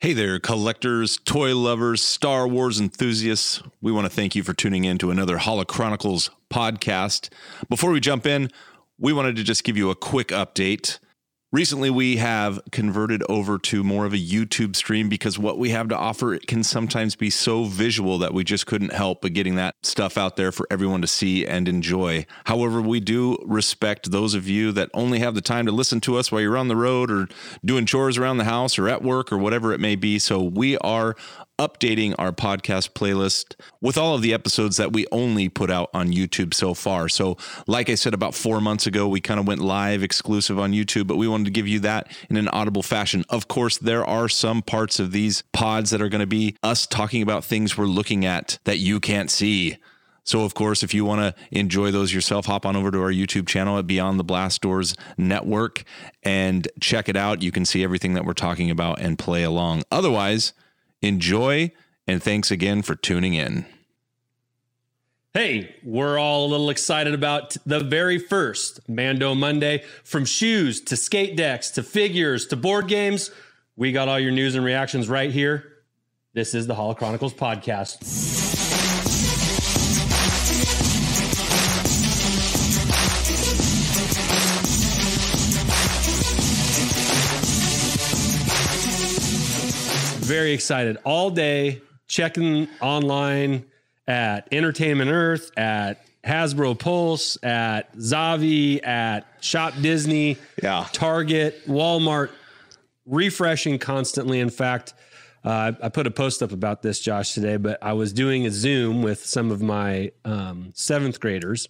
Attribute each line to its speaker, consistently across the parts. Speaker 1: Hey there, collectors, toy lovers, Star Wars enthusiasts. We want to thank you for tuning in to another Holo Chronicles podcast. Before we jump in, we wanted to just give you a quick update. Recently, we have converted over to more of a YouTube stream because what we have to offer it can sometimes be so visual that we just couldn't help but getting that stuff out there for everyone to see and enjoy. However, we do respect those of you that only have the time to listen to us while you're on the road or doing chores around the house or at work or whatever it may be. So we are updating our podcast playlist with all of the episodes that we only put out on YouTube so far. So, like I said about four months ago, we kind of went live exclusive on YouTube, but we wanted to give you that in an audible fashion. Of course, there are some parts of these pods that are going to be us talking about things we're looking at that you can't see. So, of course, if you want to enjoy those yourself, hop on over to our YouTube channel at Beyond the Blast Doors Network and check it out. You can see everything that we're talking about and play along. Otherwise, Enjoy, and thanks again for tuning in.
Speaker 2: Hey, we're all a little excited about the very first Mando Monday. From shoes to skate decks to figures to board games, we got all your news and reactions right here. This is the Hall Chronicles podcast. Very excited all day, checking online at Entertainment Earth, at Hasbro Pulse, at Zavi, at Shop Disney,
Speaker 1: Yeah.
Speaker 2: Target, Walmart, refreshing constantly. In fact, uh, I put a post up about this, Josh, today, but I was doing a Zoom with some of my um, seventh graders.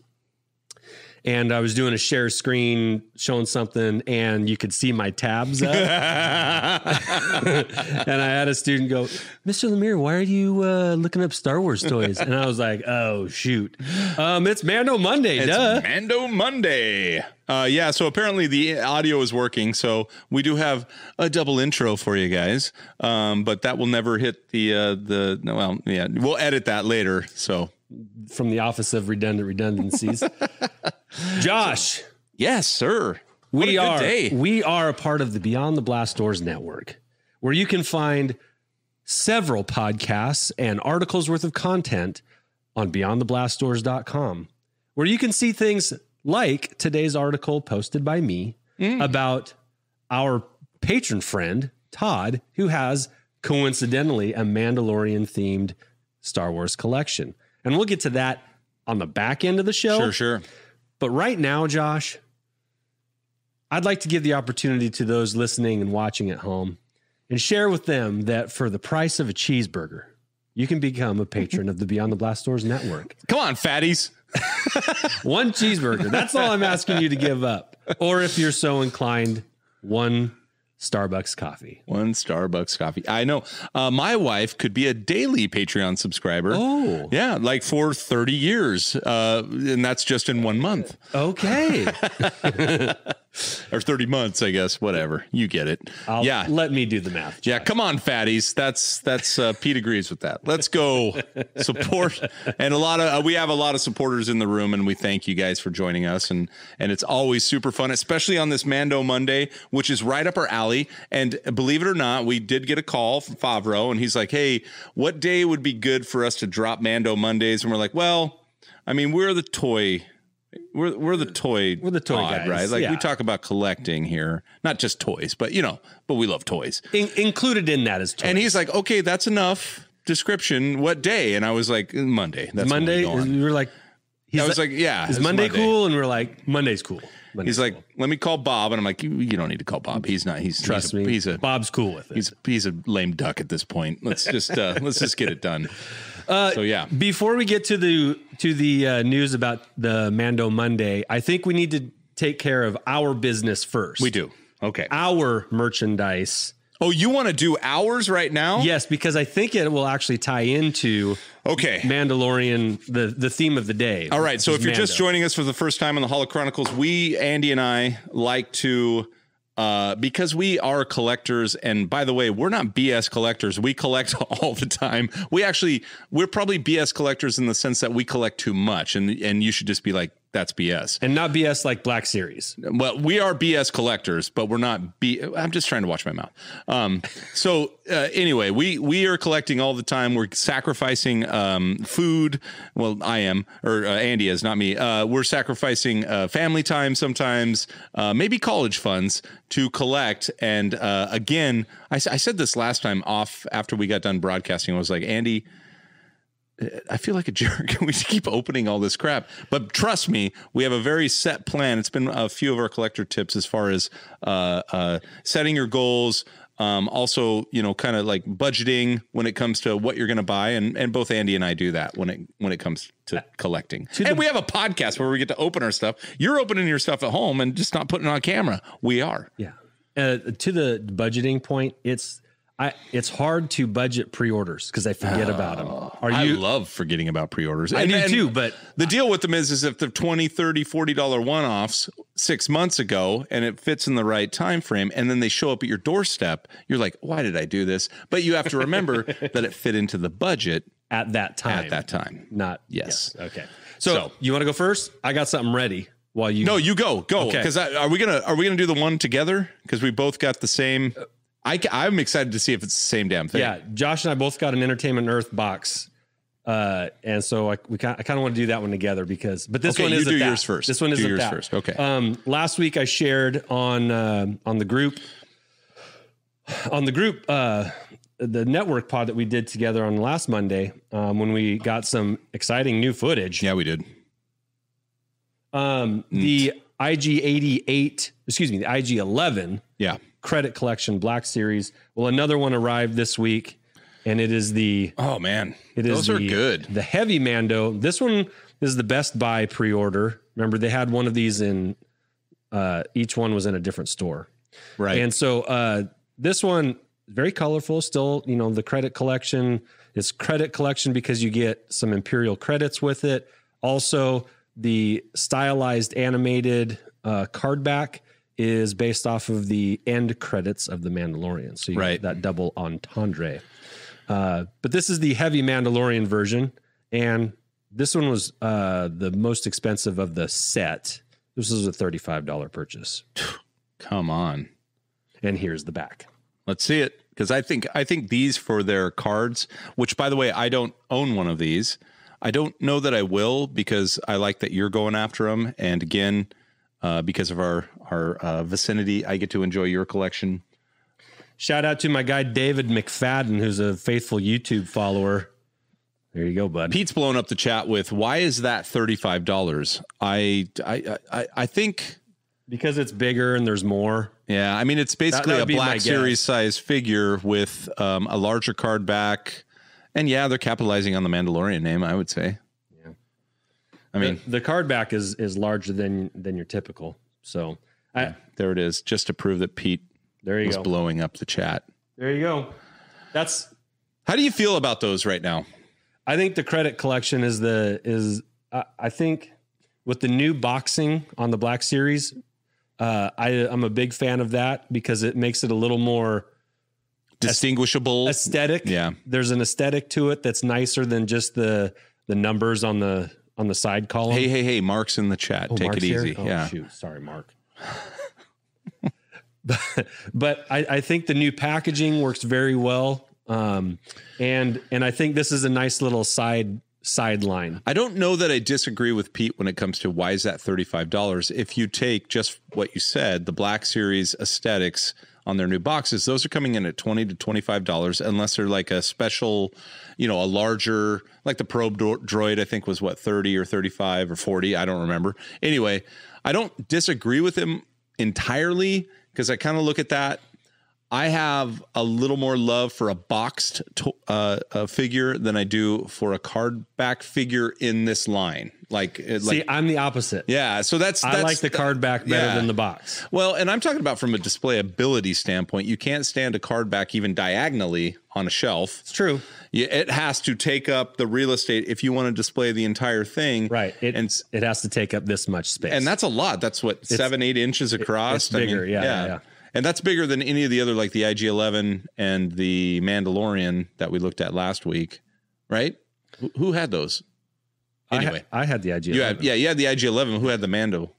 Speaker 2: And I was doing a share screen, showing something, and you could see my tabs up. and I had a student go, Mr. Lemire, why are you uh, looking up Star Wars toys? And I was like, oh, shoot. Um, it's Mando Monday, duh.
Speaker 1: It's Mando Monday. Uh, yeah, so apparently the audio is working. So we do have a double intro for you guys, um, but that will never hit the uh, the. no, Well, yeah, we'll edit that later. So
Speaker 2: From the Office of Redundant Redundancies. Josh.
Speaker 1: yes, sir.
Speaker 2: we are we are a part of the Beyond the Blast Doors network, where you can find several podcasts and articles worth of content on beyondtheblastdoors.com, where you can see things like today's article posted by me about our patron friend Todd, who has coincidentally a Mandalorian themed Star Wars collection, and we'll get to that on the back end of the show.
Speaker 1: Sure, sure.
Speaker 2: But right now, Josh, I'd like to give the opportunity to those listening and watching at home and share with them that for the price of a cheeseburger, you can become a patron of the Beyond the Blast Doors network.
Speaker 1: Come on, fatties.
Speaker 2: One cheeseburger, that's all I'm asking you to give up. Or if you're so inclined, one Starbucks coffee.
Speaker 1: One Starbucks coffee. I know. Uh, my wife could be a daily Patreon subscriber.
Speaker 2: Oh.
Speaker 1: yeah, like for thirty years, uh, and that's just in one month.
Speaker 2: Okay.
Speaker 1: or 30 months, I guess, whatever. You get it.
Speaker 2: I'll-
Speaker 1: yeah.
Speaker 2: Let me do the math.
Speaker 1: yeah, come on, fatties. That's that's uh, Pete agrees with that. Let's go support and a lot of uh, we have a lot of supporters in the room, and we thank you guys for joining us. and And it's always super fun, especially on this Mando Monday, which is right up our alley. And believe it or not, we did get a call from Favreau, and he's like, "Hey, what day would be good for us to drop Mando Mondays?" And we're like, "Well, I mean, we're the toy." We're, we're the toy
Speaker 2: We're the toy guys,
Speaker 1: right like
Speaker 2: yeah.
Speaker 1: we talk about collecting here not just toys but you know but we love toys
Speaker 2: In- included in that is toys.
Speaker 1: and he's like, okay, that's enough description. What day? And I was like, "Mm, Monday. That's when
Speaker 2: Monday,
Speaker 1: We go on.
Speaker 2: we were like, he's
Speaker 1: I was like, yeah.
Speaker 2: is
Speaker 1: it's
Speaker 2: Monday, cool? And we're like, Monday's cool. Monday's
Speaker 1: He's like, let me call Bob. And I'm like, you, you don't need to call Bob. He's not, he's,
Speaker 2: Trust
Speaker 1: he's,
Speaker 2: me,
Speaker 1: a, he's a,
Speaker 2: Bob's cool with it.
Speaker 1: he's, he's a lame duck at this point. Let's just, uh, let's just get it done.
Speaker 2: Uh,
Speaker 1: so yeah.
Speaker 2: Before we get to the to the uh, news about the Mando Monday, I think we need to take care of our business first.
Speaker 1: We do. Okay.
Speaker 2: our merchandise.
Speaker 1: Oh, you want to do hours right now?
Speaker 2: Yes, because I think it will actually tie into
Speaker 1: Okay.
Speaker 2: Mandalorian the the theme of the day.
Speaker 1: All right. So if you're just
Speaker 2: Mando.
Speaker 1: joining us for the first time on the Holo Chronicles, we, Andy and I, like to, uh, because we are collectors, and by the way, we're not BS collectors. We collect all the time. We actually, we're probably BS collectors in the sense that we collect too much, and and you should just be like, that's BS.
Speaker 2: and not BS like Black Series.
Speaker 1: Well, we are BS collectors, but we're not B. I'm just trying to watch my mouth. Um, so uh, anyway, we we are collecting all the time. We're sacrificing um, food. Well, I am, or uh, Andy is, not me. Uh, we're sacrificing uh, family time sometimes, uh, maybe college funds to collect. And uh, again, I, s- I said this last time off after we got done broadcasting. I was like, Andy, I feel like a jerk. we keep opening all this crap, but trust me, we have a very set plan. It's been a few of our collector tips as far as uh, uh, setting your goals. Um, also, you know, kind of like budgeting when it comes to what you're going to buy, and and both Andy and I do that when it when it comes to collecting. and we have a podcast where we get to open our stuff. You're opening your stuff at home and just not putting it on camera. We are.
Speaker 2: Yeah. Uh, to the budgeting point, it's I it's hard to budget pre-orders because I forget about 'em. about them. Are
Speaker 1: Oh. I
Speaker 2: you?
Speaker 1: love forgetting about pre-orders.
Speaker 2: I
Speaker 1: And-
Speaker 2: do
Speaker 1: and-
Speaker 2: too, but
Speaker 1: The deal with them is, is if they're 20, 30, 40 dollar one-offs 6 months ago and it fits in the right time frame and then they show up at your doorstep, you're like, "Why did I do this?" But you have to remember that it fit into the budget
Speaker 2: at that time,
Speaker 1: at that time.
Speaker 2: not
Speaker 1: Yes.
Speaker 2: yeah, Okay. So,
Speaker 1: So-
Speaker 2: you want to go first? I got something ready while you.
Speaker 1: No, you go. Go.
Speaker 2: Okay.
Speaker 1: Cuz are we going to are we going to do the one together cuz we both got the same I am excited to see if it's the same damn thing.
Speaker 2: Yeah, Josh and I both got an Entertainment Earth box, uh, and so I we kind I kind of want to do that one together because but this
Speaker 1: Okay,
Speaker 2: one
Speaker 1: you
Speaker 2: is
Speaker 1: do yours first.
Speaker 2: This one
Speaker 1: Do
Speaker 2: is
Speaker 1: yours
Speaker 2: that.
Speaker 1: first. Okay.
Speaker 2: Um, last week I shared on um on the group on the group uh, the network pod that we did together on last Monday um, when we got some exciting new footage.
Speaker 1: Yeah, we did.
Speaker 2: Um, the IG eighty eight, excuse me, the IG eleven
Speaker 1: Yeah.
Speaker 2: credit collection black series. Well, another one arrived this week, and it is the
Speaker 1: Oh man.
Speaker 2: it is
Speaker 1: Those are
Speaker 2: the-
Speaker 1: good.
Speaker 2: The heavy Mando. This one is the Best Buy pre-order. Remember, they had one of these in. Uh, each one was in a different store,
Speaker 1: Right.
Speaker 2: and so uh, this one very colorful. Still, you know, the credit collection. It's credit collection because you get some Imperial credits with it. Also, the stylized animated uh, card back is based off of the end credits of the Mandalorian. So you
Speaker 1: Right.
Speaker 2: get that double entendre. Uh, but this is the heavy Mandalorian version, and this one was uh, the most expensive of the set. This was a thirty-five dollar purchase,
Speaker 1: Come on.
Speaker 2: and here's the back.
Speaker 1: Let's see it because I think I think these for their cards, which by the way I don't own one of these. I don't know that I will because I like that you're going after them, and again, uh, because of our our uh, vicinity, I get to enjoy your collection.
Speaker 2: Shout out to my guy David McFadden, who's a faithful YouTube follower. There you go, bud.
Speaker 1: Pete's blown up the chat with why is that thirty five dollars? I I I I think
Speaker 2: Because it's bigger and there's more.
Speaker 1: Yeah, I mean it's basically
Speaker 2: would
Speaker 1: a
Speaker 2: be my
Speaker 1: black
Speaker 2: guess.
Speaker 1: series size figure with um, a larger card back, and yeah, they're capitalizing on the Mandalorian name. I would say.
Speaker 2: Yeah.
Speaker 1: I mean,
Speaker 2: the, the card back is is larger than than your typical. So I,
Speaker 1: there it is, just to prove that Pete
Speaker 2: there you
Speaker 1: was
Speaker 2: go.
Speaker 1: blowing up the chat.
Speaker 2: There you go. That's
Speaker 1: How do you feel about those right now?
Speaker 2: I think the credit collection is the is I I think with the new boxing on the Black Series, uh, I I'm a big fan of that because it makes it a little more
Speaker 1: Distinguishable.
Speaker 2: aesthetic.
Speaker 1: Yeah.
Speaker 2: there's an aesthetic to it that's nicer than just the the numbers on the on the side column.
Speaker 1: Hey, hey, hey! Mark's in the chat.
Speaker 2: Oh,
Speaker 1: Take
Speaker 2: Mark's
Speaker 1: it
Speaker 2: here?
Speaker 1: easy.
Speaker 2: Oh,
Speaker 1: yeah.
Speaker 2: shoot, sorry, Mark. but but I, I think the new packaging works very well, um, and and I think this is a nice little side sideline.
Speaker 1: I don't know that I disagree with Pete when it comes to why is that $35. If you take just what you said, the Black Series aesthetics on their new boxes, those are coming in at 20 to $25 unless they're like a special, you know, a larger like the probe dro- droid I think was what 30 or 35 or 40, I don't remember. Anyway, I don't disagree with him entirely because I kind of look at that I have a little more love for a boxed to- uh, uh, figure than I do for a card back figure in this line. Like, it- like
Speaker 2: See, I'm the opposite.
Speaker 1: yeah. So that's, that's
Speaker 2: I like the card back better
Speaker 1: yeah.
Speaker 2: than the box.
Speaker 1: Well, and I'm talking about from a displayability standpoint. You can't stand a card back even diagonally on a shelf.
Speaker 2: It's true.
Speaker 1: You- It has to take up the real estate if you want to display the entire thing.
Speaker 2: Right. It,
Speaker 1: and s-
Speaker 2: it has to take up this much space.
Speaker 1: and that's a lot. That's what seven, eight inches across.
Speaker 2: bigger, yeah, yeah, yeah.
Speaker 1: And that's bigger than any of the other, like the IG Eleven and the Mandalorian that we looked at last week, right? Who- Who had those? Anyway,
Speaker 2: I, ha- I had the idea.
Speaker 1: you had yeah, you had the IG Eleven. Who had the Mando?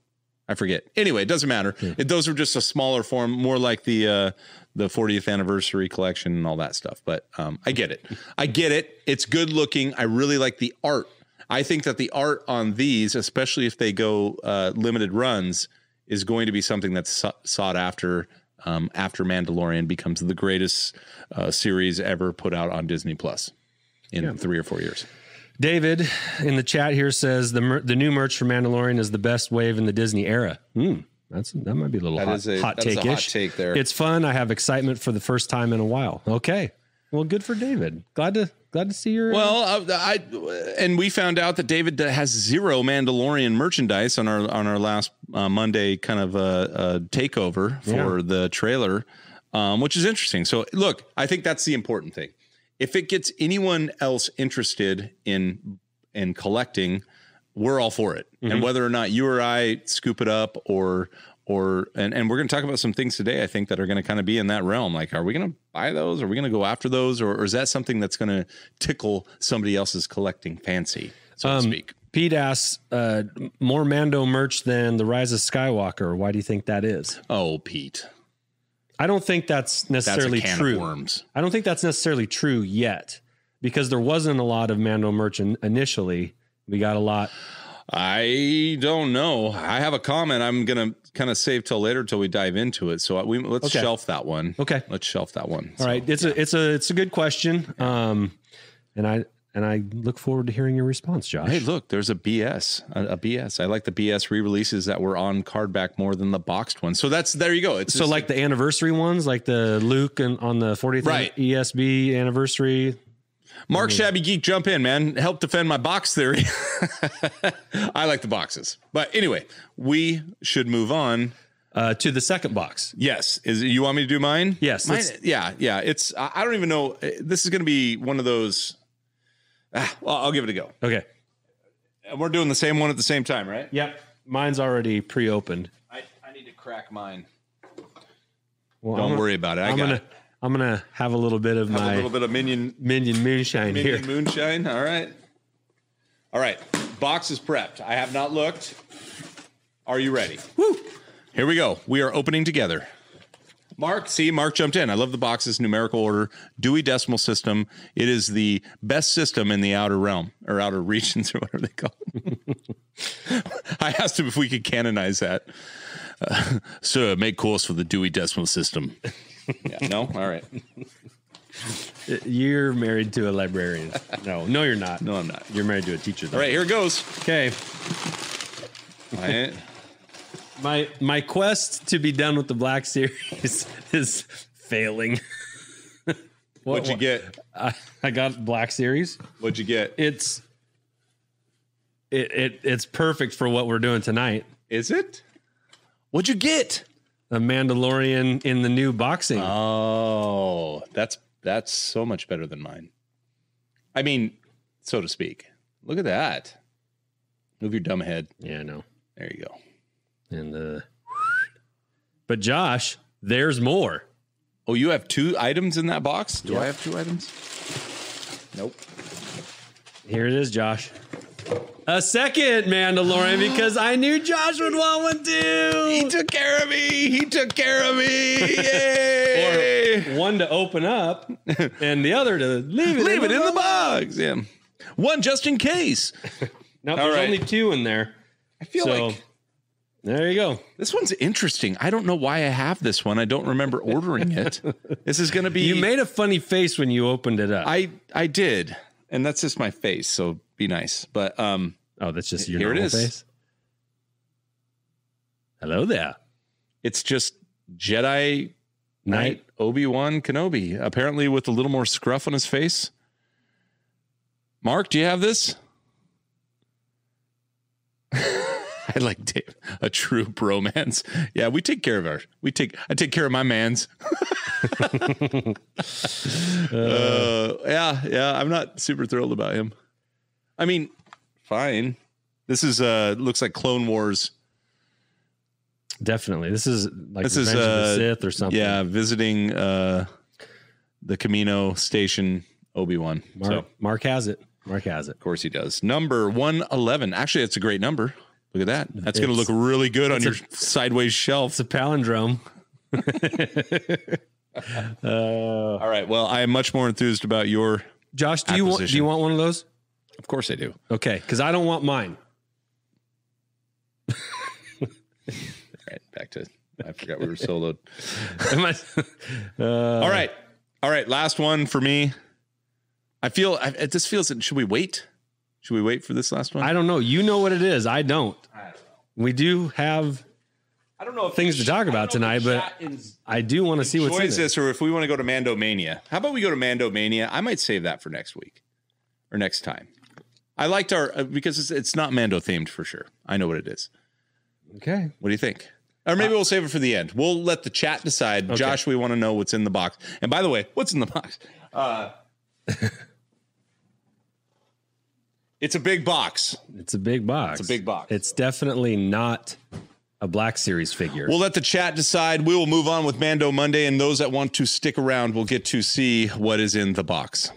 Speaker 1: I forget. Anyway, it doesn't matter. It, those were just a smaller form, more like the uh, the 40th anniversary collection and all that stuff. But um, I get it. I get it. It's good looking. I really like the art. I think that the art on these, especially if they go uh, limited runs, is going to be something that's so- sought after um, after Mandalorian becomes the greatest uh, series ever put out on Disney Plus in three or four years.
Speaker 2: David in the chat here says the mer- the new merch for Mandalorian is the best wave in the Disney era. Hmm, that's that might be a little
Speaker 3: That
Speaker 2: hot,
Speaker 3: is a-
Speaker 2: hot
Speaker 3: that is a
Speaker 2: take
Speaker 3: hot take there.
Speaker 2: It's fun. I have excitement for the first time in a while. Okay, well, good for David. Glad to glad to see your
Speaker 1: Well, I, I and we found out that David uh, has zero Mandalorian merchandise on our on our last uh, Monday kind of uh, uh, takeover for the trailer, um, which is interesting. So, look, I think that's the important thing. If it gets anyone else interested in in collecting, we're all for it.
Speaker 2: Mm-hmm.
Speaker 1: And whether or not you or I scoop it up or or and, and we're going to talk about some things today, I think, that are going to kind of be in that realm. Like, are we going to buy those? Are we going to go after those? Or, or is that something that's going to tickle somebody else's collecting fancy, so
Speaker 2: Um,
Speaker 1: to speak?
Speaker 2: Pete asks uh, more Mando merch than the Rise of Skywalker. Why do you think that is?
Speaker 1: Oh, Pete,
Speaker 2: I don't think that's
Speaker 1: that's
Speaker 2: necessarily
Speaker 1: a can
Speaker 2: true.
Speaker 1: of worms.
Speaker 2: I don't think that's necessarily true yet because there wasn't a lot of Mando merch in, initially. We got a lot.
Speaker 1: I don't know. I have a comment. I'm going to kind of save till later till we dive into it. So uh, we let's
Speaker 2: Okay.
Speaker 1: shelf that one.
Speaker 2: Okay.
Speaker 1: Let's shelf that one.
Speaker 2: All right. It's a it's a it's a good question. Um and I and I look forward to hearing your response, Josh.
Speaker 1: Hey, look, there's a BS, a, a BS. I like the BS re-releases that were on card back more than the boxed one. So that's there you go. It's
Speaker 2: so
Speaker 1: just-
Speaker 2: like the anniversary ones, like the Luke and on the 40th
Speaker 1: Right.
Speaker 2: ESB anniversary.
Speaker 1: Mark Shabby Geek, jump in, man. Help defend my box theory. I like the boxes, but anyway, we should move on.
Speaker 2: Uh, to the second box.
Speaker 1: Yes, is you want me to do mine?
Speaker 2: Yes,
Speaker 1: Mine-
Speaker 2: let's-
Speaker 1: yeah, yeah. It's I, I don't even know. Uh, This is going to be one of those. Ah, well, I'll give it a go.
Speaker 2: Okay.
Speaker 1: And we're doing the same one at the same time, right?
Speaker 2: Yep. Mine's already pre-opened.
Speaker 1: I, I need to crack mine.
Speaker 2: Well,
Speaker 1: Don't
Speaker 2: I'm gonna-
Speaker 1: worry about it. I
Speaker 2: I'm
Speaker 1: got
Speaker 2: gonna
Speaker 1: it.
Speaker 2: I'm gonna have a little bit of
Speaker 1: Have
Speaker 2: my
Speaker 1: a little bit of minion
Speaker 2: minion moonshine
Speaker 1: Minion
Speaker 2: here.
Speaker 1: moonshine. All right. All right. Box is prepped. I have not looked. Are you ready? Woo. Here we go. We are opening together. Mark, see, Mark jumped in. I love the boxes, numerical order, Dewey Decimal System. It is the best system in the outer realm or outer regions or whatever they call it. I asked him if we could canonize that. Uh, sir, make course for the Dewey Decimal System. yeah, no? All right.
Speaker 2: You're married to a librarian. No, no, you're not.
Speaker 1: No, I'm not.
Speaker 2: You're married to a teacher. Though.
Speaker 1: All right, here it goes.
Speaker 2: Okay.
Speaker 1: I-
Speaker 2: My my quest to be done with the Black Series is failing.
Speaker 1: What'd you get?
Speaker 2: I, I got Black Series.
Speaker 1: What'd you get?
Speaker 2: It's it, it it's perfect for what we're doing tonight.
Speaker 1: Is it? What'd you get?
Speaker 2: A Mandalorian in the new boxing.
Speaker 1: Uh. Oh, that's that's so much better than mine. I mean, so to speak. Look at that. Move your dumb head.
Speaker 2: yeah, I know.
Speaker 1: There you go.
Speaker 2: And uh But Josh, there's more.
Speaker 1: Oh, you have two items in that box? Do I have two items? Nope.
Speaker 2: Here it is, Josh. A second Mandalorian because I knew Josh would want one too.
Speaker 1: He took care of me. He took care of me.
Speaker 2: Or
Speaker 1: Yay.
Speaker 2: one to open up and the other to leave it.
Speaker 1: Leave it in the box. Yeah. One just in case.
Speaker 2: No,
Speaker 1: All
Speaker 2: there's
Speaker 1: right.
Speaker 2: only two in there.
Speaker 1: I feel
Speaker 2: so
Speaker 1: like
Speaker 2: there you go.
Speaker 1: This one's interesting. I don't know why I have this one. I don't remember ordering it. this is going to be.
Speaker 2: You made a funny face when you opened it up.
Speaker 1: I I did, and that's just my face. So be nice. But um,
Speaker 2: oh, that's just your
Speaker 1: Here it
Speaker 2: normal
Speaker 1: is.
Speaker 2: face. Hello there,
Speaker 1: it's just Jedi
Speaker 2: night.
Speaker 1: Knight Obi Wan Kenobi. Apparently, with a little more scruff on his face. Mark, do you have this? I like Dave, a true bromance. Yeah, we take care of our. We take. I take care of my man's. Uh, yeah, yeah. I'm not super thrilled about him. I mean, fine. This is uh looks like Clone Wars.
Speaker 2: Definitely, this is like
Speaker 1: This
Speaker 2: this
Speaker 1: is,
Speaker 2: Revenge of the
Speaker 1: uh,
Speaker 2: Sith or something.
Speaker 1: Yeah, visiting uh the Camino station Obi Wan.
Speaker 2: Mark, Mark has it. Mark has it.
Speaker 1: Of course he does. Number 111. Actually, that's a great number. Look at that. That's going to
Speaker 2: It's-
Speaker 1: look really good on
Speaker 2: it's
Speaker 1: your
Speaker 2: a-
Speaker 1: sideways shelf.
Speaker 2: It's a palindrome. uh,
Speaker 1: All right. Well, I am much more enthused about your.
Speaker 2: Josh, do you want do
Speaker 1: Acquisition.
Speaker 2: you want one of those?
Speaker 1: Of course I do.
Speaker 2: Okay, because I don't want mine.
Speaker 1: All right. Back to. I forgot we were soloed.
Speaker 2: Am I- uh,
Speaker 1: All right. All right. Last one for me. I feel. I, it just feels. Should we wait? Should we wait for this last one?
Speaker 2: I don't know. You know what it is. I don't. We do have
Speaker 1: I don't know if
Speaker 2: things to talk about tonight, but I do want to see what's in
Speaker 1: enjoys
Speaker 2: this.
Speaker 1: this, or if we want to go to Mandomania. How about we go to Mandomania? I might save that for next week or next time. I liked our uh, because it's, it's not Mando themed for sure. I know what it is.
Speaker 2: Okay.
Speaker 1: What do you think? Or
Speaker 2: Uh,
Speaker 1: maybe we'll save it for the end. We'll let the chat decide. Josh, we want to know what's in the box. And by the way, what's in the box? Uh, it's a big box.
Speaker 2: It's a big box.
Speaker 1: It's a big box.
Speaker 2: It's definitely not a Black Series figure.
Speaker 1: We'll let the chat decide. We will move on with Mando Monday, and those that want to stick around will get to see what is in the box.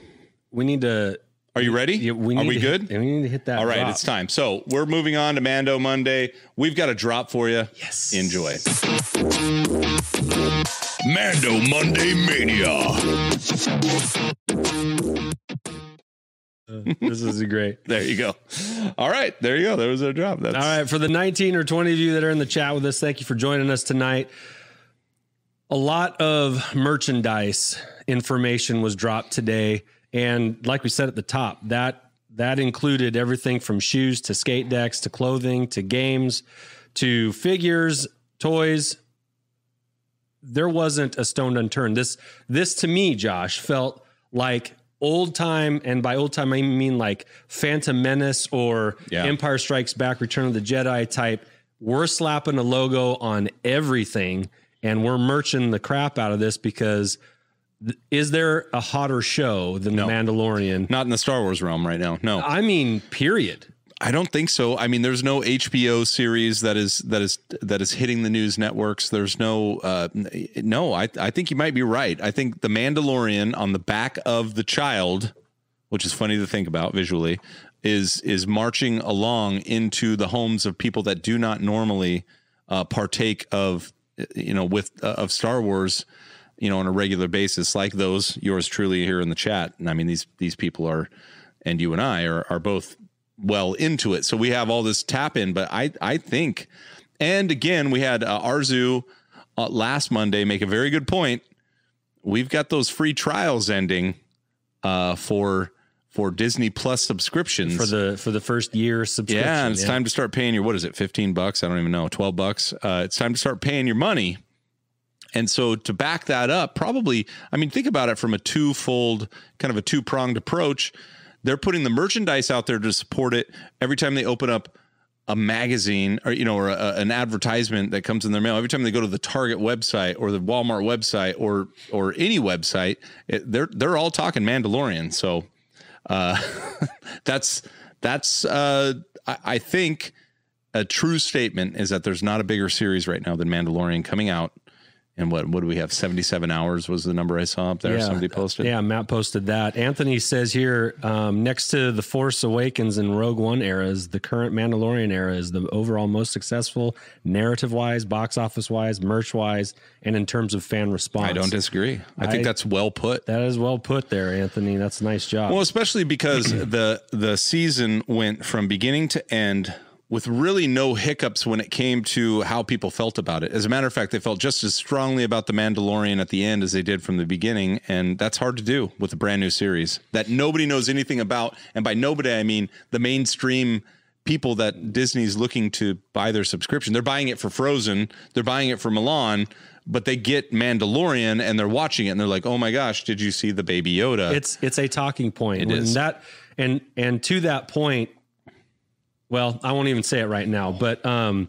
Speaker 2: we need to.
Speaker 1: Are you ready?
Speaker 2: yeah, We
Speaker 1: Are
Speaker 2: need
Speaker 1: we
Speaker 2: to
Speaker 1: good?
Speaker 2: Hit, we need to hit that.
Speaker 1: All right,
Speaker 2: drop.
Speaker 1: it's time. So we're moving on to Mando Monday. We've got a drop for you.
Speaker 2: Yes.
Speaker 1: Enjoy.
Speaker 3: Mando Monday Mania.
Speaker 2: this is great.
Speaker 1: There you go. All right, there you go. There was our drop. That's
Speaker 2: All right, for the 19 or 20 of you that are in the chat with us, thank you for joining us tonight. A lot of merchandise information was dropped today, and like we said at the top, that that included everything from shoes to skate decks to clothing to games to figures, toys. There wasn't a stone unturned. This this to me, Josh, felt like old time, and by old time I mean like Phantom Menace or
Speaker 1: Yeah.
Speaker 2: Empire Strikes Back, Return of the Jedi type. We're slapping a logo on everything and we're merching the crap out of this because th- is there a hotter show than The Mandalorian?
Speaker 1: Not in the Star Wars realm right now. No,
Speaker 2: I mean, period.
Speaker 1: I don't think so. I mean, there's no HBO series that is that is that is hitting the news networks. There's no uh, n- no. I I think you might be right. I think the Mandalorian on the back of the child, which is funny to think about visually, is is marching along into the homes of people that do not normally uh, partake of you know with uh, of Star Wars. You know, on a regular basis, like those yours truly here in the chat, and I mean these these people are, and you and I are are both well into it. So we have all this tap in, but I I think, and again we had uh, Arzu uh, last Monday make a very good point. We've got those free trials ending uh, for for Disney Plus subscriptions
Speaker 2: for the for the first year subscription.
Speaker 1: yeah, and it's time to start paying your what is it, fifteen bucks? I don't even know, twelve bucks. Uh, it's time to start paying your money. And so to back that up, probably, I mean, think about it from a twofold, kind of a two pronged approach. They're putting the merchandise out there to support it every time they open up a magazine or you know or a, an advertisement that comes in their mail every time they go to the target website or the walmart website or or any website it, they're they're all talking mandalorian so uh that's that's uh I, I think a true statement is that there's not a bigger series right now than mandalorian coming out and what what do we have 77 hours was the number i saw up there
Speaker 2: Yeah.
Speaker 1: somebody posted
Speaker 2: Yeah, Matt posted that. Anthony says here, um, next to the Force Awakens and Rogue One eras, the current Mandalorian era is the overall most successful narrative wise, box office wise, merch wise, and in terms of fan response.
Speaker 1: i don't disagree i think
Speaker 2: I-
Speaker 1: that's well put
Speaker 2: That is well put there, Anthony. That's a nice job.
Speaker 1: Well, especially because the the season went from beginning to end with really no hiccups when it came to how people felt about it. As a matter of fact, they felt just as strongly about the Mandalorian at the end as they did from the beginning, and that's hard to do with a brand new series that nobody knows anything about. And by nobody, I mean the mainstream people that Disney's looking to buy their subscription. They're buying it for Frozen, they're buying it for Milan, but they get Mandalorian and they're watching it and they're like, "Oh my gosh, did you see the Baby Yoda?"
Speaker 2: it's it's a talking point. and
Speaker 1: is.
Speaker 2: that and and to that point, well, I won't even say it right now, but um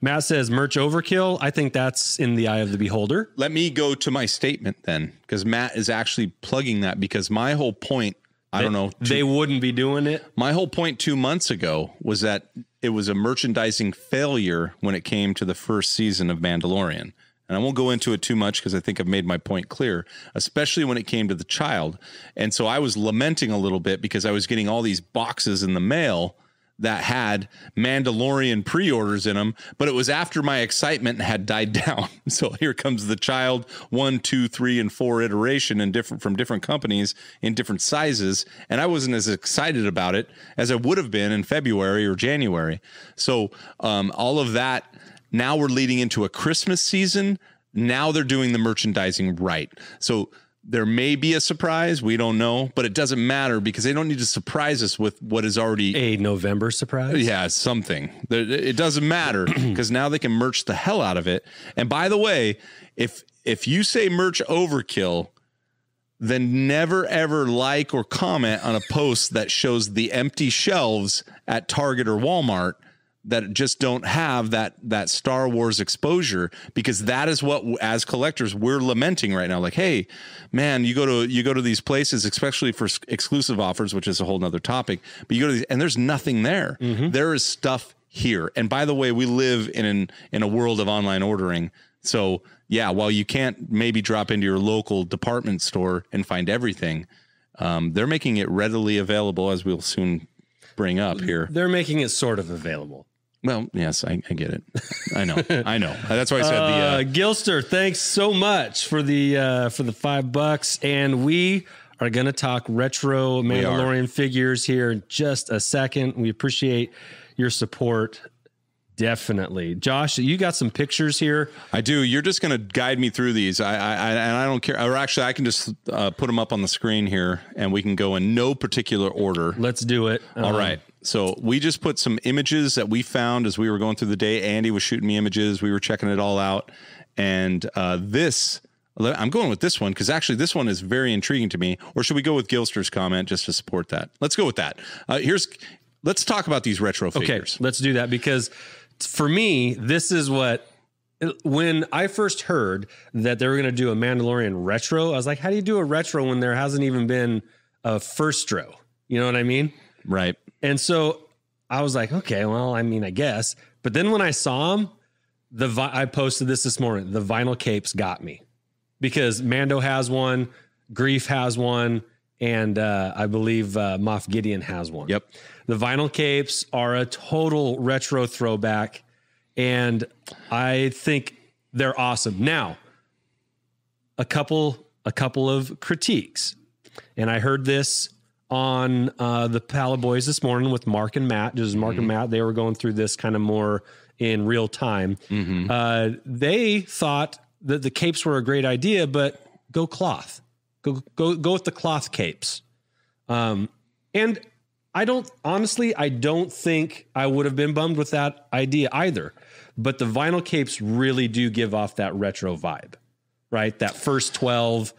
Speaker 2: Matt says merch overkill. I think that's in the eye of the beholder.
Speaker 1: let me go to my statement then, because Matt is actually plugging that because my whole point, I don't know, two-
Speaker 2: They wouldn't be doing it.
Speaker 1: my whole point two months ago was that it was a merchandising failure when it came to the first season of Mandalorian. And I won't go into it too much because I think I've made my point clear, especially when it came to the child. And so I was lamenting a little bit because I was getting all these boxes in the mail that had Mandalorian pre orders in them, but it was after my excitement had died down. So here comes the child one, two, three, and four iteration and different from different companies in different sizes. And I wasn't as excited about it as I would have been in February or January. So um, all of that now we're leading into a Christmas season. Now they're doing the merchandising right. So there may be a surprise. We don't know, but it doesn't matter because they don't need to surprise us with what is already
Speaker 2: A November surprise.
Speaker 1: yeah, something. There- It doesn't matter because now they can merch the hell out of it. And by the way, if if you say merch overkill, then never ever like or comment on a post that shows the empty shelves at Target or Walmart that just don't have that that Star Wars exposure because that is what as collectors we're lamenting right now like hey man you go to you go to these places especially for s- exclusive offers which is a whole nother topic but you go to these and there's nothing there There is stuff here and by the way we live in an, in a world of online ordering so yeah while you can't maybe drop into your local department store and find everything um, they're making it readily available as we'll soon bring up here
Speaker 2: They're making it sort of available.
Speaker 1: well, yes, I, I get it. I know. I know. That's why I said
Speaker 2: Uh,
Speaker 1: the. Uh,
Speaker 2: Gilster, thanks so much for the uh, for the five bucks, and we are going to talk retro
Speaker 1: are.
Speaker 2: Mandalorian figures here in just a second. We appreciate your support, definitely. Josh, you got some pictures here.
Speaker 1: I do. You're just going to guide me through these. I, I, I and I don't care. Or actually, I can just uh, put them up on the screen here, and we can go in no particular order.
Speaker 2: Let's do it.
Speaker 1: All right. So we just put some images that we found as we were going through the day. Andy was shooting me images. We were checking it all out. And uh, this, I'm going with this one because actually this one is very intriguing to me. Or should we go with Gilster's comment just to support that? Let's go with that. Uh, here's. Let's talk about these retro
Speaker 2: Okay,
Speaker 1: figures.
Speaker 2: let's do that because for me, this is what when I first heard that they were going to do a Mandalorian retro, I was like, how do you do a retro when there hasn't even been a first row? You know what I mean?
Speaker 1: Right.
Speaker 2: And so I was like, okay, well, I mean, I guess. But then when I saw him, the vi- I posted this this morning. The vinyl capes got me because Mando has one, Grief has one, and uh, I believe uh, Moff Gideon has one.
Speaker 1: Yep.
Speaker 2: The vinyl capes are a total retro throwback, and I think they're awesome. Now, a couple a couple of critiques, and I heard this on uh, the Pala Boys this morning with Mark and Matt. Just Mark and Matt, they were going through this kind of more in real time. Uh, they thought that the capes were a great idea, but go cloth, go go go with the cloth capes. Um, and I don't honestly, I don't think I would have been bummed with that idea either. But the vinyl capes really do give off that retro vibe, right? That first 12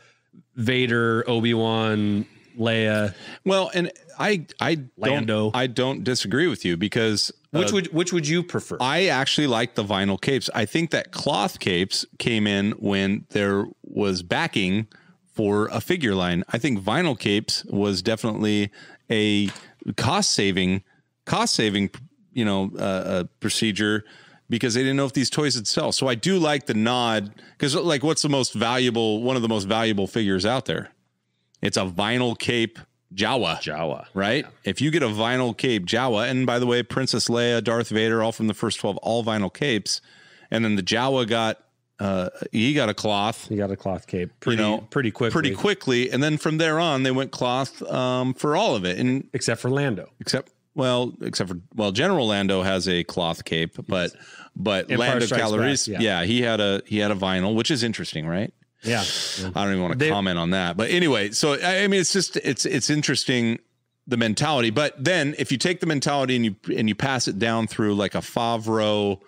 Speaker 2: Vader, Obi-Wan, Leia,
Speaker 1: Well, and I I
Speaker 2: Lando.
Speaker 1: don't I don't disagree with you because uh,
Speaker 2: which would which would you prefer?
Speaker 1: I actually like the vinyl capes. I think that cloth capes came in when there was backing for a figure line. I think vinyl capes was definitely a cost saving cost saving you know uh, uh, procedure because they didn't know if these toys would sell. So I do like the nod because like what's the most valuable one of the most valuable figures out there? It's a vinyl cape Jawa
Speaker 2: Jawa.
Speaker 1: right? If you get a vinyl cape, Jawa, and by the way, Princess Leia, Darth Vader, all from the first 12, all vinyl capes. And then the Jawa got, uh, he got a cloth
Speaker 2: You got a cloth cape pretty
Speaker 1: know,
Speaker 2: pretty quickly.
Speaker 1: pretty quickly. And then from there on, they went cloth um, for all of it. And
Speaker 2: except for Lando.
Speaker 1: except, well, except for, well, General Lando has a cloth cape, but, but
Speaker 2: Empire
Speaker 1: Lando
Speaker 2: Strikes Back,
Speaker 1: Calories,
Speaker 2: yeah.
Speaker 1: yeah, he had a, he had a vinyl, which is interesting, right?
Speaker 2: Yeah.
Speaker 1: I don't even want to
Speaker 2: They-
Speaker 1: comment on that. But anyway, so I I mean, it's just it's it's interesting the mentality. But then if you take the mentality and you and you pass it down through like a Favreau,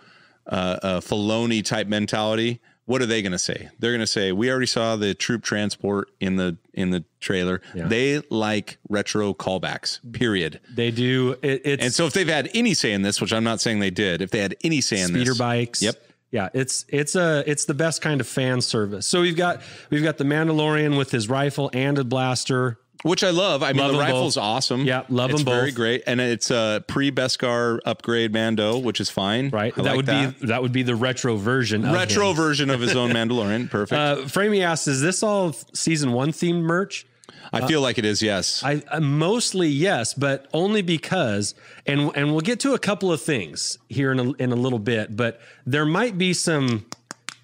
Speaker 1: uh, uh, Filoni type mentality, what are they going to say? They're going to say we already saw the troop transport in the in the trailer. They like retro callbacks. Period.
Speaker 2: They do it, it's
Speaker 1: And so if they've had any say in this, which I'm not saying they did, if they had any say in
Speaker 2: speeder
Speaker 1: this,
Speaker 2: bikes.
Speaker 1: Yep.
Speaker 2: Yeah, it's it's a it's the best kind of fan service. So we've got we've got the Mandalorian with his rifle and a blaster.
Speaker 1: which I love. I mean,
Speaker 2: Love
Speaker 1: the
Speaker 2: 'em
Speaker 1: rifle's
Speaker 2: both.
Speaker 1: awesome.
Speaker 2: Yeah, love 'em
Speaker 1: It's Very
Speaker 2: both.
Speaker 1: great, and it's a pre Beskar upgrade Mando, which is fine.
Speaker 2: right?
Speaker 1: I
Speaker 2: that
Speaker 1: like
Speaker 2: would be that would be the retro version. of
Speaker 1: retro
Speaker 2: him.
Speaker 1: version of his own Mandalorian. Perfect.
Speaker 2: Uh, Framey asks, "Is this all season one themed merch?"
Speaker 1: I feel like it is. Yes.
Speaker 2: I uh, mostly yes, but only because, and and we'll get to a couple of things here in a, in a little bit, but there might be some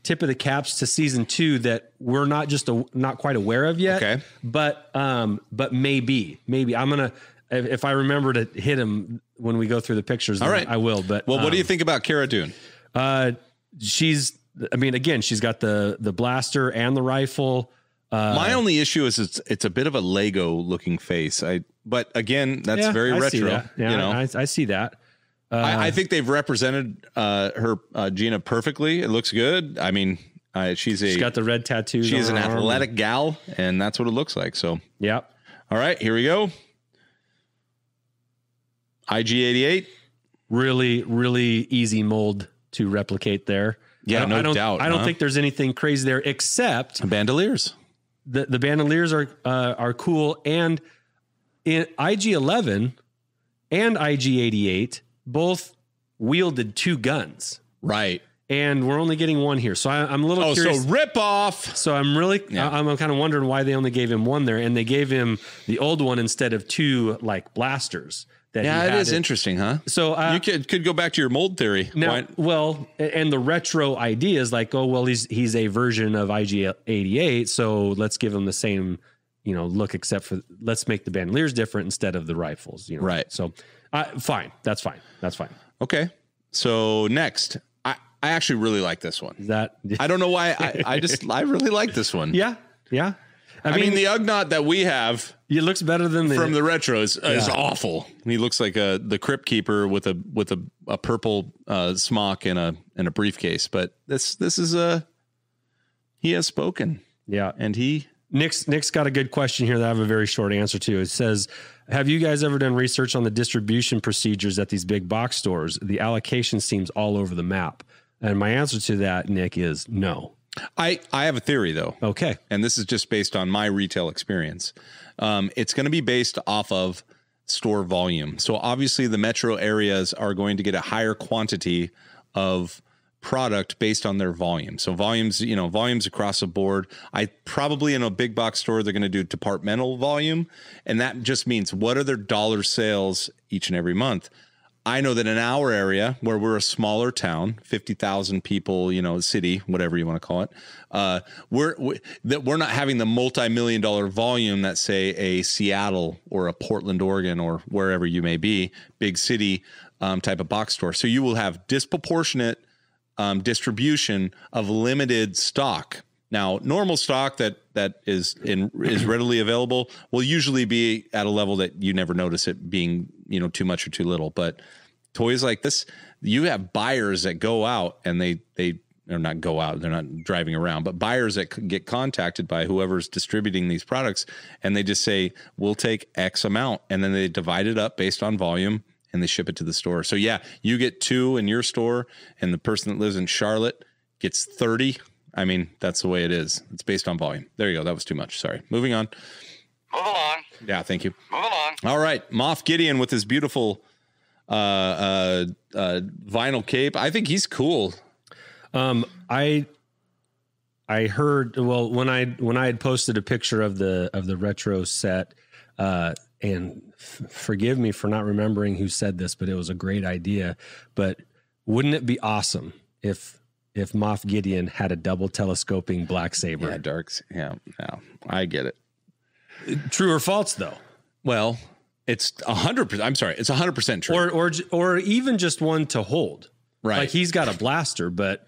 Speaker 2: tip of the caps to season two that we're not just a, not quite aware of yet.
Speaker 1: Okay.
Speaker 2: but um, but maybe maybe I'm gonna if, if I remember to hit him when we go through the pictures. All
Speaker 1: right.
Speaker 2: I will. But
Speaker 1: well, what
Speaker 2: um,
Speaker 1: do you think about Cara Dune?
Speaker 2: Uh, she's. I mean, again, she's got the the blaster and the rifle. Uh,
Speaker 1: My only issue is it's it's a bit of a Lego looking face. I but again, that's
Speaker 2: yeah,
Speaker 1: very
Speaker 2: I see
Speaker 1: retro.
Speaker 2: that. Yeah,
Speaker 1: you know, I,
Speaker 2: I, uh, I see that.
Speaker 1: I think they've represented uh, her uh, Gina perfectly. It looks good. I mean, I, she's a
Speaker 2: She's got the red tattoos.
Speaker 1: she's
Speaker 2: on
Speaker 1: an
Speaker 2: her arm.
Speaker 1: athletic gal, and that's what it looks like. So,
Speaker 2: Yep.
Speaker 1: all right, here we go. IG88.
Speaker 2: Really, really easy mold to replicate there.
Speaker 1: Yeah,
Speaker 2: I don't-
Speaker 1: no
Speaker 2: I don't,
Speaker 1: doubt,
Speaker 2: I don't
Speaker 1: huh?
Speaker 2: think there's anything crazy there except
Speaker 1: Bandoliers.
Speaker 2: the, the bandoliers are uh, are cool and in IG11 and IG88 both wielded two guns
Speaker 1: Right.
Speaker 2: and we're only getting one here. So I, I'm a little
Speaker 1: Oh,
Speaker 2: curious.
Speaker 1: so rip off.
Speaker 2: So I'm really,
Speaker 1: Yeah.
Speaker 2: I- I'm kind of wondering why they only gave him one there, and they gave him the old one instead of two like blasters. That he
Speaker 1: Yeah, it
Speaker 2: had
Speaker 1: is
Speaker 2: in-
Speaker 1: interesting, huh?
Speaker 2: So uh,
Speaker 1: you could, could go back to your mold theory.
Speaker 2: now,
Speaker 1: Why-
Speaker 2: well, a- and the retro idea is like, oh well, he's he's a version of IG88, so let's give him the same, you know, look except for let's make the bandoliers different instead of the rifles, you know.
Speaker 1: Right.
Speaker 2: So, uh, fine, that's fine, that's fine.
Speaker 1: Okay. So next, I, I actually really like this one.
Speaker 2: Is that
Speaker 1: I don't know why. I, I just I really like this one.
Speaker 2: yeah, yeah. I,
Speaker 1: I mean,
Speaker 2: mean,
Speaker 1: the Ugnaught that we have
Speaker 2: it looks better than the
Speaker 1: from the retro is, is awful. He looks like a the crypt keeper with a with a, a purple uh, smock and a and a briefcase. But this this is a he has spoken
Speaker 2: yeah.
Speaker 1: and he
Speaker 2: Nick's Nick's got a good question here that I have a very short answer to. It says, "Have you guys ever done research on the distribution procedures at these big box stores? The allocation seems all over the map." And my answer to that, Nick, is no.
Speaker 1: I I have a theory though.
Speaker 2: Okay.
Speaker 1: and this is just based on my retail experience. Um, it's going to be based off of store volume. So obviously, the metro areas are going to get a higher quantity of product based on their volume. So volumes, you know, volumes across the board. I probably in a big box store they're going to do departmental volume, and that just means what are their dollar sales each and every month. I know that in our area, where we're a smaller town, fifty thousand people, you know, city, whatever you want to call it, uh, we're we, that we're not having the multi-million dollar volume that say a Seattle or a Portland, Oregon, or wherever you may be, big city um, type of box store. So you will have disproportionate um, distribution of limited stock. Now, normal stock that that is in is readily available will usually be at a level that you never notice it being you know too much or too little. But toys like this, you have buyers that go out and they they or not go out they're not driving around but buyers that c- get contacted by whoever's distributing these products and they just say we'll take x amount and then they divide it up based on volume and they ship it to the store so yeah you get two in your store and the person that lives in charlotte gets 30 i mean that's the way it is it's based on volume there you go that was too much sorry moving on
Speaker 4: Move along.
Speaker 1: yeah thank you
Speaker 4: Move along.
Speaker 1: all right, Moff Gideon with his beautiful uh, uh, uh, vinyl cape. I think he's cool.
Speaker 2: Um, I I heard well when I when I had posted a picture of the of the retro set, uh, and f- forgive me for not remembering who said this, but it was a great idea. But wouldn't it be awesome if if Moff Gideon had a double telescoping black saber?
Speaker 1: darks. Yeah, yeah, I get it.
Speaker 2: True or false though,
Speaker 1: Well, it's a hundred percent. I'm sorry, it's a hundred percent true.
Speaker 2: or or j- or even just one to hold.
Speaker 1: right,
Speaker 2: Like
Speaker 1: like,
Speaker 2: he's got a blaster, but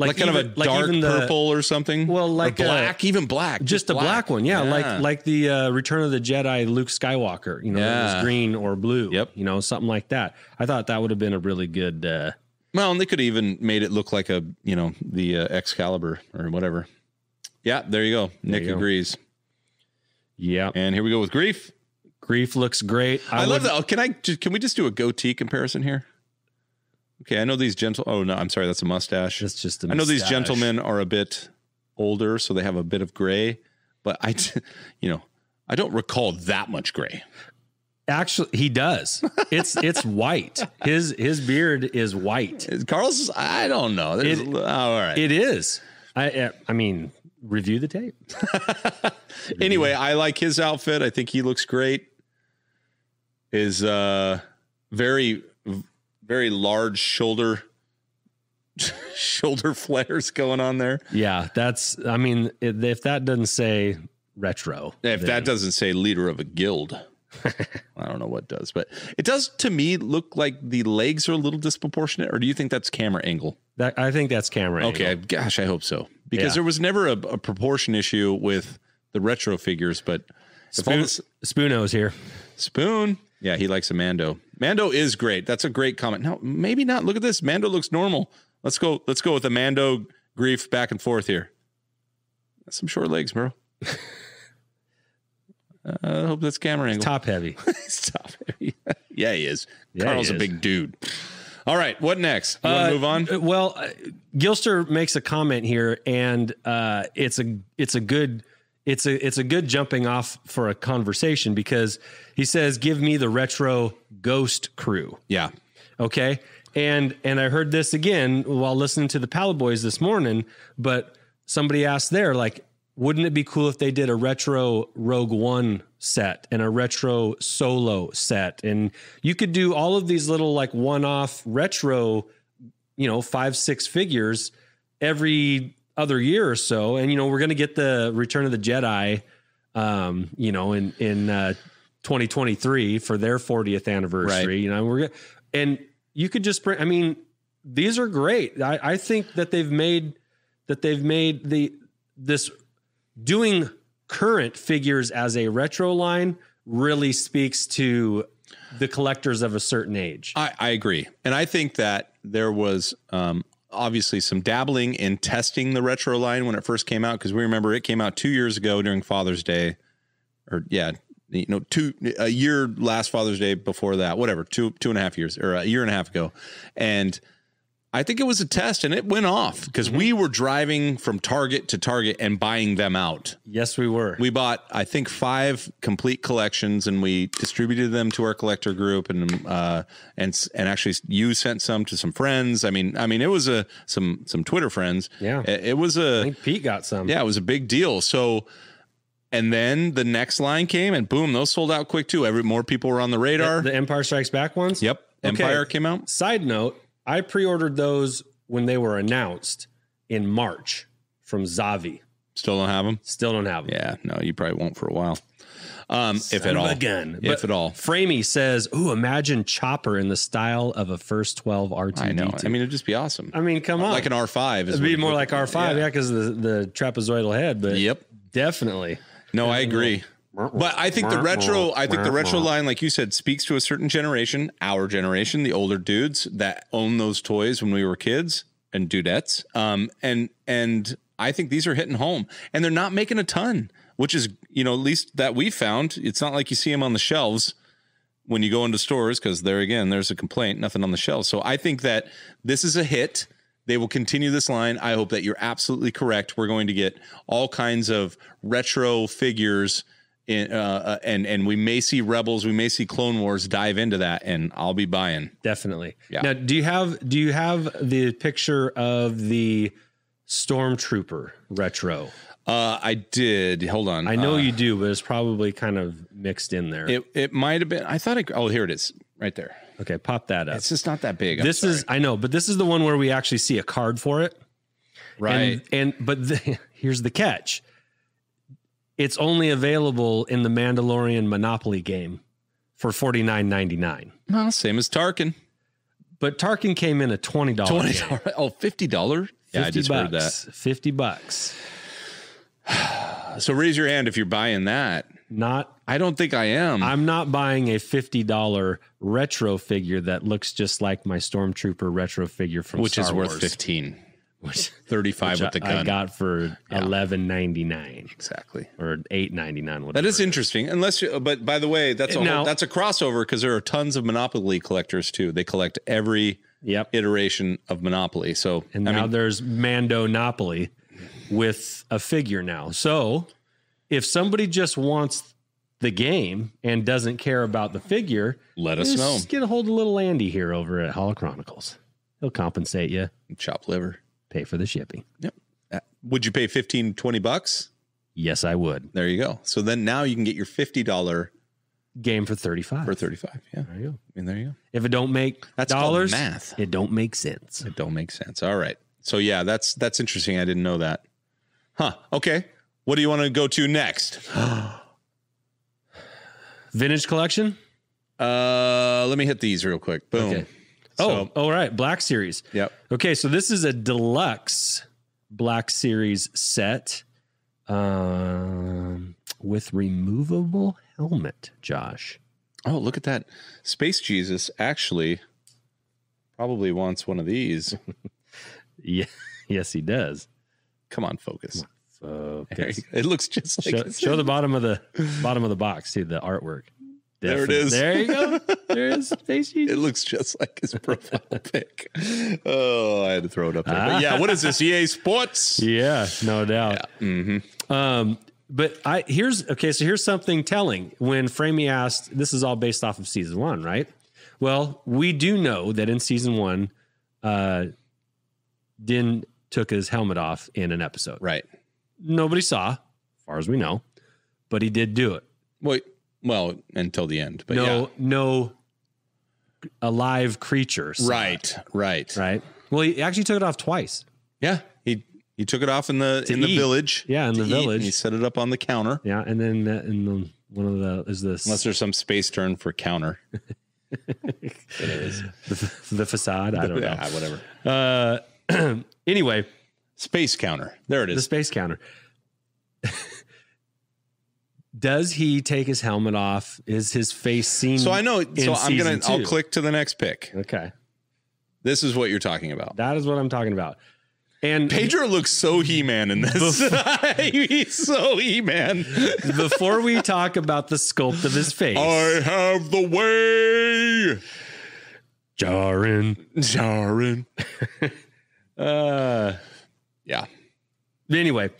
Speaker 2: like,
Speaker 1: kind
Speaker 2: even-
Speaker 1: of a dark
Speaker 2: even the-
Speaker 1: purple or something.
Speaker 2: Well,
Speaker 1: Or
Speaker 2: like a-
Speaker 1: black, even black,
Speaker 2: just a black, one yeah, like like the uh, return of the jedi luke skywalker you know it
Speaker 1: Yeah.
Speaker 2: was green or blue
Speaker 1: Yep.
Speaker 2: you know something like that i thought that would have been a really good uh,
Speaker 1: Well, and they could have even made it look like a you know the uh, Excalibur or whatever. Yeah, there you go. Nick
Speaker 2: you go.
Speaker 1: agrees.
Speaker 2: yeah
Speaker 1: And here we go with grief.
Speaker 2: grief looks great
Speaker 1: I, love
Speaker 2: would-
Speaker 1: that. Oh, can I? ju- Can we just do a goatee comparison here? Okay, I know these gentle. Oh no, I'm sorry, that's a mustache.
Speaker 2: it's just a
Speaker 1: I know these
Speaker 2: mustache.
Speaker 1: gentlemen are a bit older, so they have a bit of gray. But I, t- you know, I don't recall that much gray.
Speaker 2: Actually, he does. It's it's white. His his beard is white.
Speaker 1: Is Carl's, I don't know. There's,
Speaker 2: It-
Speaker 1: oh, all right.
Speaker 2: It is. I I- I mean, review the tape.
Speaker 1: anyway, I like his outfit. I think he looks great. His uh, very, very large shoulder shoulder flares going on there.
Speaker 2: Yeah, that's. I mean, if if that doesn't say retro,
Speaker 1: If
Speaker 2: then-
Speaker 1: that doesn't say leader of a guild, I don't know what does, but it does to me look like the legs are a little disproportionate. Or do you think that's camera angle?
Speaker 2: that, I think that's camera.
Speaker 1: Okay,
Speaker 2: angle.
Speaker 1: gosh, I hope so because
Speaker 2: Yeah.
Speaker 1: there was never a, a proportion issue with the retro figures, but if all
Speaker 2: Spoon,
Speaker 1: this-
Speaker 2: Spoono's here.
Speaker 1: Spoon. Yeah, he likes a Mando. Mando is great. That's a great comment. No, maybe not. Look at this. Mando looks normal. Let's go. Let's go with the Mando grief back and forth here. That's some short legs, bro. Uh, I hope that's camera angle.
Speaker 2: Top heavy.
Speaker 1: Stop it. yeah, he is.
Speaker 2: Yeah,
Speaker 1: Carl's
Speaker 2: he
Speaker 1: a
Speaker 2: is.
Speaker 1: big dude. All right, what next? You want to
Speaker 2: Uh,
Speaker 1: move on?
Speaker 2: uh, Well, uh, Gilster makes a comment here, and uh, it's a it's a good it's a it's a good jumping off for a conversation because he says, "Give me the retro ghost crew."
Speaker 1: Yeah.
Speaker 2: Okay, and and I heard this again while listening to the Pallet Boys this morning, but somebody asked there like. Wouldn't it be cool if they did a retro Rogue One set and a retro Solo set, and you could do all of these little like one-off retro you know five six figures every other year or so and you know we're going to get the return of the jedi um you know in in uh 2023 for their 40th anniversary
Speaker 1: Right.
Speaker 2: you know we're gonna- and you could just bring i mean these are great i i think that they've made that they've made the this doing current figures as a retro line really speaks to the collectors of a certain age
Speaker 1: I, I agree. And I think that there was um, obviously some dabbling in testing the retro line when it first came out, because we remember it came out two years ago during Father's Day, or yeah, you know, two a year last Father's Day before that, whatever, two two and a half years or a year and a half ago, and I think it was a test and it went off because
Speaker 2: Mm-hmm.
Speaker 1: we were driving from Target to Target and buying them out.
Speaker 2: yes we were
Speaker 1: We bought, I think, five complete collections, and we distributed them to our collector group, and uh, and s- and actually, you sent some to some friends. I mean, I mean, it was a some some Twitter friends.
Speaker 2: Yeah.
Speaker 1: it, it was a
Speaker 2: I think Pete got some.
Speaker 1: yeah, it was a big deal. So, and then the next line came, and boom, those sold out quick too. Every more people were on the radar.
Speaker 2: The Empire Strikes Back ones.
Speaker 1: yep, Empire came out.
Speaker 2: Side note, I pre-ordered those when they were announced in March from Zavi.
Speaker 1: Still don't have them.
Speaker 2: Still don't have them.
Speaker 1: Yeah, no, you probably won't for a while, um, if
Speaker 2: Son
Speaker 1: at
Speaker 2: of
Speaker 1: all.
Speaker 2: a gun.
Speaker 1: If
Speaker 2: But
Speaker 1: at all.
Speaker 2: Framey says, "Ooh, imagine Chopper in the style of a first 12 R2D2."
Speaker 1: I know. I mean, it'd just be awesome.
Speaker 2: I mean, come on.
Speaker 1: like an R five.
Speaker 2: It'd be more like R5, yeah, cuz the the trapezoidal head, but
Speaker 1: Yep.
Speaker 2: definitely.
Speaker 1: No, I agree. But I think the retro, I think the retro line, like you said, speaks to a certain generation, our generation, the older dudes that own those toys when we were kids and dudettes. Um, and and I think these are hitting home, and they're not making a ton, which is you know at least that we found. It's not like you see them on the shelves when you go into stores because there again, there's a complaint, nothing on the shelves. So I think that this is a hit. They will continue this line. I hope that you're absolutely correct. We're going to get all kinds of retro figures, in, uh, uh, and and we may see Rebels, we may see Clone Wars dive into that, and I'll be buying.
Speaker 2: Definitely.
Speaker 1: Yeah.
Speaker 2: Now, do you have do you have the picture of the stormtrooper retro?
Speaker 1: Uh, I did. Hold on.
Speaker 2: I know
Speaker 1: Uh,
Speaker 2: you do, but it's probably kind of mixed in there.
Speaker 1: It it might have been. I thought. It, oh, here it is, right there.
Speaker 2: okay, pop that up.
Speaker 1: It's just not that big. I'm
Speaker 2: This is I know, but this is the one where we actually see a card for it.
Speaker 1: sorry. right.
Speaker 2: And, and but the, here's the catch. It's only available in the Mandalorian Monopoly game for forty nine ninety nine.
Speaker 1: well, same as Tarkin.
Speaker 2: But Tarkin came in at twenty
Speaker 1: Twenty
Speaker 2: dollars.
Speaker 1: dollars. Oh, fifty dollar. Yeah, I just heard that.
Speaker 2: Fifty bucks.
Speaker 1: So raise your hand if you're buying that.
Speaker 2: Not
Speaker 1: I don't think I am.
Speaker 2: I'm not buying a fifty dollar retro figure that looks just like my stormtrooper retro figure from
Speaker 1: which
Speaker 2: Star
Speaker 1: is worth
Speaker 2: Wars.
Speaker 1: 15
Speaker 2: Which-
Speaker 1: 35 with the
Speaker 2: I
Speaker 1: gun
Speaker 2: got for eleven ninety nine
Speaker 1: exactly
Speaker 2: or eight ninety nine.
Speaker 1: that is interesting unless you but by the way that's a
Speaker 2: Now-
Speaker 1: whole, that's a crossover because there are tons of monopoly collectors too they collect every
Speaker 2: Yep.
Speaker 1: iteration of monopoly so
Speaker 2: and
Speaker 1: I
Speaker 2: now
Speaker 1: mean,
Speaker 2: there's Mando Monopoly with a figure now. So if somebody just wants the game and doesn't care about the figure,
Speaker 4: Let us know.
Speaker 2: Just get a hold of little Andy here over at Holo Chronicles. He'll compensate you,
Speaker 1: Chop liver. Uh,
Speaker 2: pay for the shipping.
Speaker 1: Would you pay 15, 20 bucks?
Speaker 2: Yes, I would.
Speaker 1: There you go. So then now you can get your $50
Speaker 2: Game for 35.
Speaker 1: for 35. Yeah. I
Speaker 2: There you go.
Speaker 1: mean, there you go.
Speaker 2: If it don't make
Speaker 1: That's called
Speaker 2: dollars,
Speaker 1: math.
Speaker 2: it don't make sense.
Speaker 1: It don't make sense. All right. So yeah, that's that's interesting. I didn't know that. Huh. Okay. What do you want to go to next?
Speaker 2: Vintage collection?
Speaker 1: Uh let me hit these real quick. Boom.
Speaker 2: Okay.
Speaker 1: So-
Speaker 2: oh, all right. Black Series.
Speaker 1: Yep.
Speaker 2: Okay, so this is a deluxe Black Series set um, with removable helmet, Josh.
Speaker 1: Oh, look at that. Space Jesus actually probably wants one of these.
Speaker 2: Yeah, yes, he does.
Speaker 1: Come on, focus. There
Speaker 2: Focus.
Speaker 1: you- It looks just like
Speaker 2: Show,
Speaker 1: it's-
Speaker 2: show the bottom of the bottom of the box. See the artwork.
Speaker 1: There it
Speaker 2: Definite-
Speaker 1: is.
Speaker 2: There you go. There is Space
Speaker 1: It
Speaker 2: Jesus.
Speaker 1: looks just like his profile pic. Oh, I had to throw it up there. But yeah, what is this? EA Sports?
Speaker 2: Ah. Yeah, no doubt.
Speaker 1: Mm-hmm.
Speaker 2: Um, but I here's okay. So here's something telling. When Framey asked, "This is all based off of season one, right?" Well, we do know that in season one, uh, Din took his helmet off in an episode.
Speaker 1: Right.
Speaker 2: Nobody saw, as far as we know, but he did do it.
Speaker 1: Wait. Well, until the end. But
Speaker 2: no, no alive creatures.
Speaker 1: yeah. Right. Right.
Speaker 2: Right. Well, he actually took it off twice.
Speaker 1: Yeah. He he took it off in the
Speaker 2: To
Speaker 1: in the
Speaker 2: eat.
Speaker 1: village.
Speaker 2: Yeah, in
Speaker 1: To
Speaker 2: the
Speaker 1: eat, and
Speaker 2: village.
Speaker 1: He set it up on the counter.
Speaker 2: Yeah, and then that, and the, one of the is this
Speaker 1: Unless there's some space turn for counter.
Speaker 2: the, the facade. I don't know.
Speaker 1: Yeah, whatever.
Speaker 2: Uh, anyway,
Speaker 1: Space counter. There it
Speaker 2: the
Speaker 1: is.
Speaker 2: space counter. Does he take his helmet off? Is his face seen?
Speaker 1: so I know. So I'm gonna.
Speaker 2: season
Speaker 1: i I'll
Speaker 2: two.
Speaker 1: click to the next pick.
Speaker 2: Okay,
Speaker 1: This is what you're talking about.
Speaker 2: that is what I'm talking about. And
Speaker 1: Pedro looks so He-Man in this. He's so He-Man.
Speaker 2: before we talk about the sculpt of his face,
Speaker 1: I have the way.
Speaker 2: Jaren.
Speaker 1: Jaren.
Speaker 2: Uh,
Speaker 1: Yeah.
Speaker 2: anyway,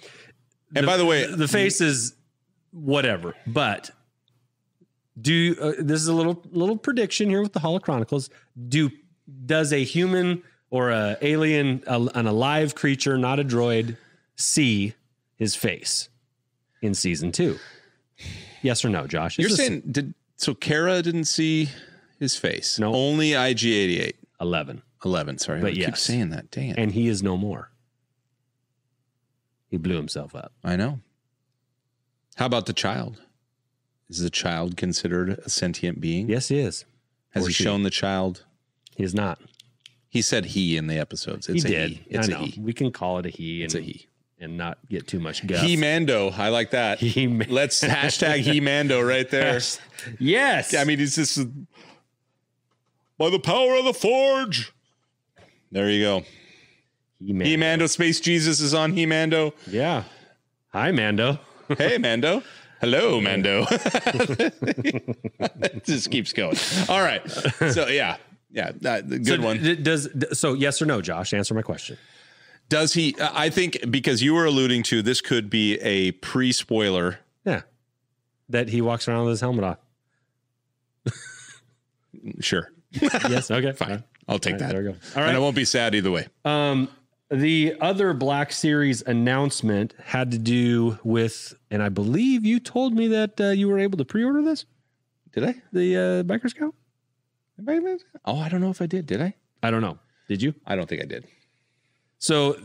Speaker 1: And by the way,
Speaker 2: the face is whatever. But do uh, this is a little little prediction here with the Holo Chronicles. Do does a human or a alien, a, an alive creature, not a droid, see his face in season two? Yes or no, Josh? Is
Speaker 1: you're
Speaker 2: this
Speaker 1: saying did so Kara didn't see his face.
Speaker 2: No.
Speaker 1: Only IG88.
Speaker 2: eleven,
Speaker 1: 11, sorry.
Speaker 2: But
Speaker 1: I keep
Speaker 2: yes.
Speaker 1: saying that. Dang it.
Speaker 2: and he is no more. He blew himself up.
Speaker 1: I know. How about the child? Is the child considered a sentient being?
Speaker 2: Yes, he is.
Speaker 1: Has
Speaker 2: or
Speaker 1: he
Speaker 2: she.
Speaker 1: shown the child?
Speaker 2: He is not.
Speaker 1: He said he in the episodes. It's
Speaker 2: he
Speaker 1: a
Speaker 2: did.
Speaker 1: he. It's
Speaker 2: I
Speaker 1: a
Speaker 2: know.
Speaker 1: he.
Speaker 2: We can call it a he.
Speaker 1: It's a
Speaker 2: and,
Speaker 1: he.
Speaker 2: and not get too much guff.
Speaker 1: He Mando. I like that.
Speaker 2: He man.
Speaker 1: Let's hashtag He Mando right there.
Speaker 2: Yes.
Speaker 1: I mean, it's just by the power of the Forge. There you go.
Speaker 2: he man.
Speaker 1: He Mando Space Jesus is on He Mando.
Speaker 2: Yeah. Hi, Mando.
Speaker 1: Hey, Mando. Hello, Mando. It just keeps going. All right. So, yeah. Yeah. That, good
Speaker 2: So
Speaker 1: one.
Speaker 2: d- does d- so? Yes or no, Josh? Answer my question.
Speaker 1: Does he? uh, I think because you were alluding to this could be a pre spoiler.
Speaker 2: Yeah. That he walks around with his helmet off.
Speaker 1: Sure.
Speaker 2: Yes. Okay.
Speaker 1: Fine. I'll take
Speaker 2: All right,
Speaker 1: that.
Speaker 2: there we go. All
Speaker 1: And I
Speaker 2: right.
Speaker 1: won't be sad either way.
Speaker 2: Um, the other Black Series announcement had to do with, and I believe you told me that uh, you were able to pre-order this,
Speaker 1: Did I?
Speaker 2: the uh, Biker Scout.
Speaker 1: Oh, I don't know if I did. Did I?
Speaker 2: I don't know. Did you?
Speaker 1: I don't think I did.
Speaker 2: So,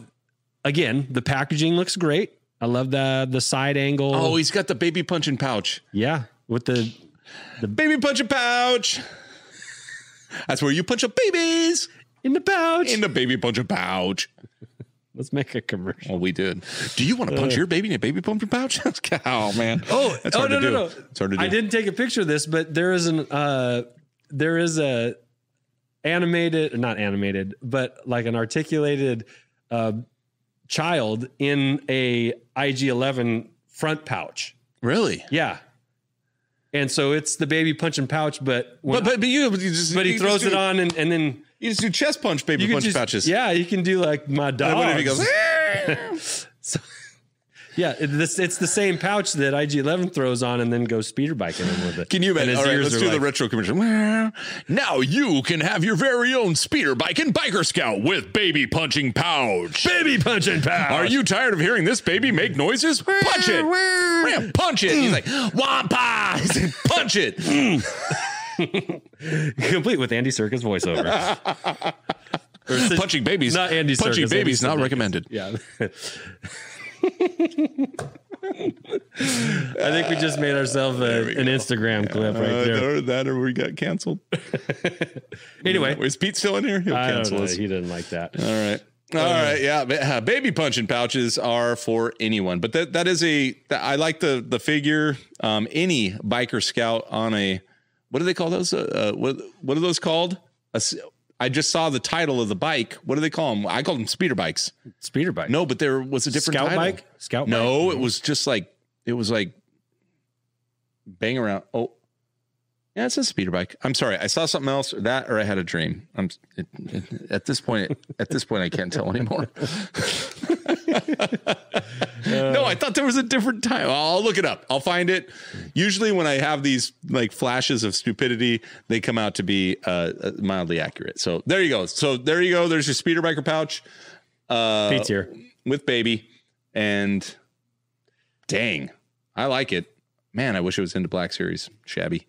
Speaker 2: again, the packaging looks great. I love the the side angle.
Speaker 1: Oh, he's got the baby punching pouch.
Speaker 2: yeah, with the
Speaker 1: Baby punching pouch. That's where you punch up babies
Speaker 2: in the pouch.
Speaker 1: in the baby punching pouch.
Speaker 2: Let's make a commercial.
Speaker 1: Well, we did. Do you want to punch your baby in a baby punching pouch? oh man.
Speaker 2: Uh. Oh,
Speaker 1: That's
Speaker 2: oh,
Speaker 1: hard
Speaker 2: no,
Speaker 1: to
Speaker 2: no,
Speaker 1: do.
Speaker 2: no.
Speaker 1: It's hard to do.
Speaker 2: I didn't take a picture of this, but there is an uh there is a animated not animated, but like an articulated uh child in a IG11 front pouch.
Speaker 1: Really?
Speaker 2: Yeah. And so it's the baby punching pouch, but when,
Speaker 1: But,
Speaker 2: but,
Speaker 1: but but you, you just
Speaker 2: he
Speaker 1: you just
Speaker 2: throws
Speaker 1: do-
Speaker 2: it on and, and then
Speaker 1: You just do chest punch baby
Speaker 2: you can
Speaker 1: punch
Speaker 2: just- Oh.
Speaker 1: pouches.
Speaker 2: Yeah, you can do like my
Speaker 1: And
Speaker 2: dog.
Speaker 1: what if he goes? "Ah!"
Speaker 2: Yeah, it- this, it's the same pouch that IG11 throws on and then goes speeder biking in with it.
Speaker 1: Can you
Speaker 2: And
Speaker 1: imagine?
Speaker 2: his
Speaker 1: All right,
Speaker 2: ears
Speaker 1: let's
Speaker 2: are
Speaker 1: do the
Speaker 2: like-
Speaker 1: retro commission.
Speaker 3: Now you can have your very own speeder bike and biker scout with baby punching pouch.
Speaker 2: baby punch and pouch.
Speaker 3: Are you tired of hearing this baby make noises? Punch it! Yeah, punch it! He's like, Wampa! He's like, punch it!
Speaker 2: Mm. complete with Andy Circus voiceover? Or is it-
Speaker 3: Punching babies.
Speaker 2: Not Andy
Speaker 3: Punching
Speaker 2: Serkis, Andy
Speaker 3: babies not
Speaker 2: Serkis.
Speaker 3: recommended.
Speaker 2: Yeah. I think we just made ourselves a, an Instagram clip right there.
Speaker 1: Uh, that or we got canceled.
Speaker 2: Anyway,
Speaker 1: Is Pete still in here? He'll
Speaker 2: I don't
Speaker 1: cancel
Speaker 2: know.
Speaker 1: us.
Speaker 2: He didn't like that.
Speaker 1: All right. All right, yeah, ba- uh, baby punching pouches are for anyone, but that that is a that- I like the the figure. Um, any biker scout on a what do they call those? Uh, uh, what what are those called? A s- I just saw the title of the bike. What do they call them? I call them speeder bikes.
Speaker 2: Speeder bike.
Speaker 1: No, but there was a different
Speaker 2: Scout
Speaker 1: title.
Speaker 2: bike. Scout
Speaker 1: No,
Speaker 2: bike.
Speaker 1: it was just like it was like bang around. Oh, yeah, it's a speeder bike. I'm sorry, I saw something else, or that, or I had a dream. I'm it, it- at this point. At this point, I can't tell anymore. no, I thought there was a different time. I'll look it up. I'll find it. Usually, when I have these like flashes of stupidity, they come out to be uh, mildly accurate. So there you go. So there you go. There's your speeder biker pouch. Uh,
Speaker 2: Pete's here.
Speaker 1: with baby and dang i like it man i wish it was into black series shabby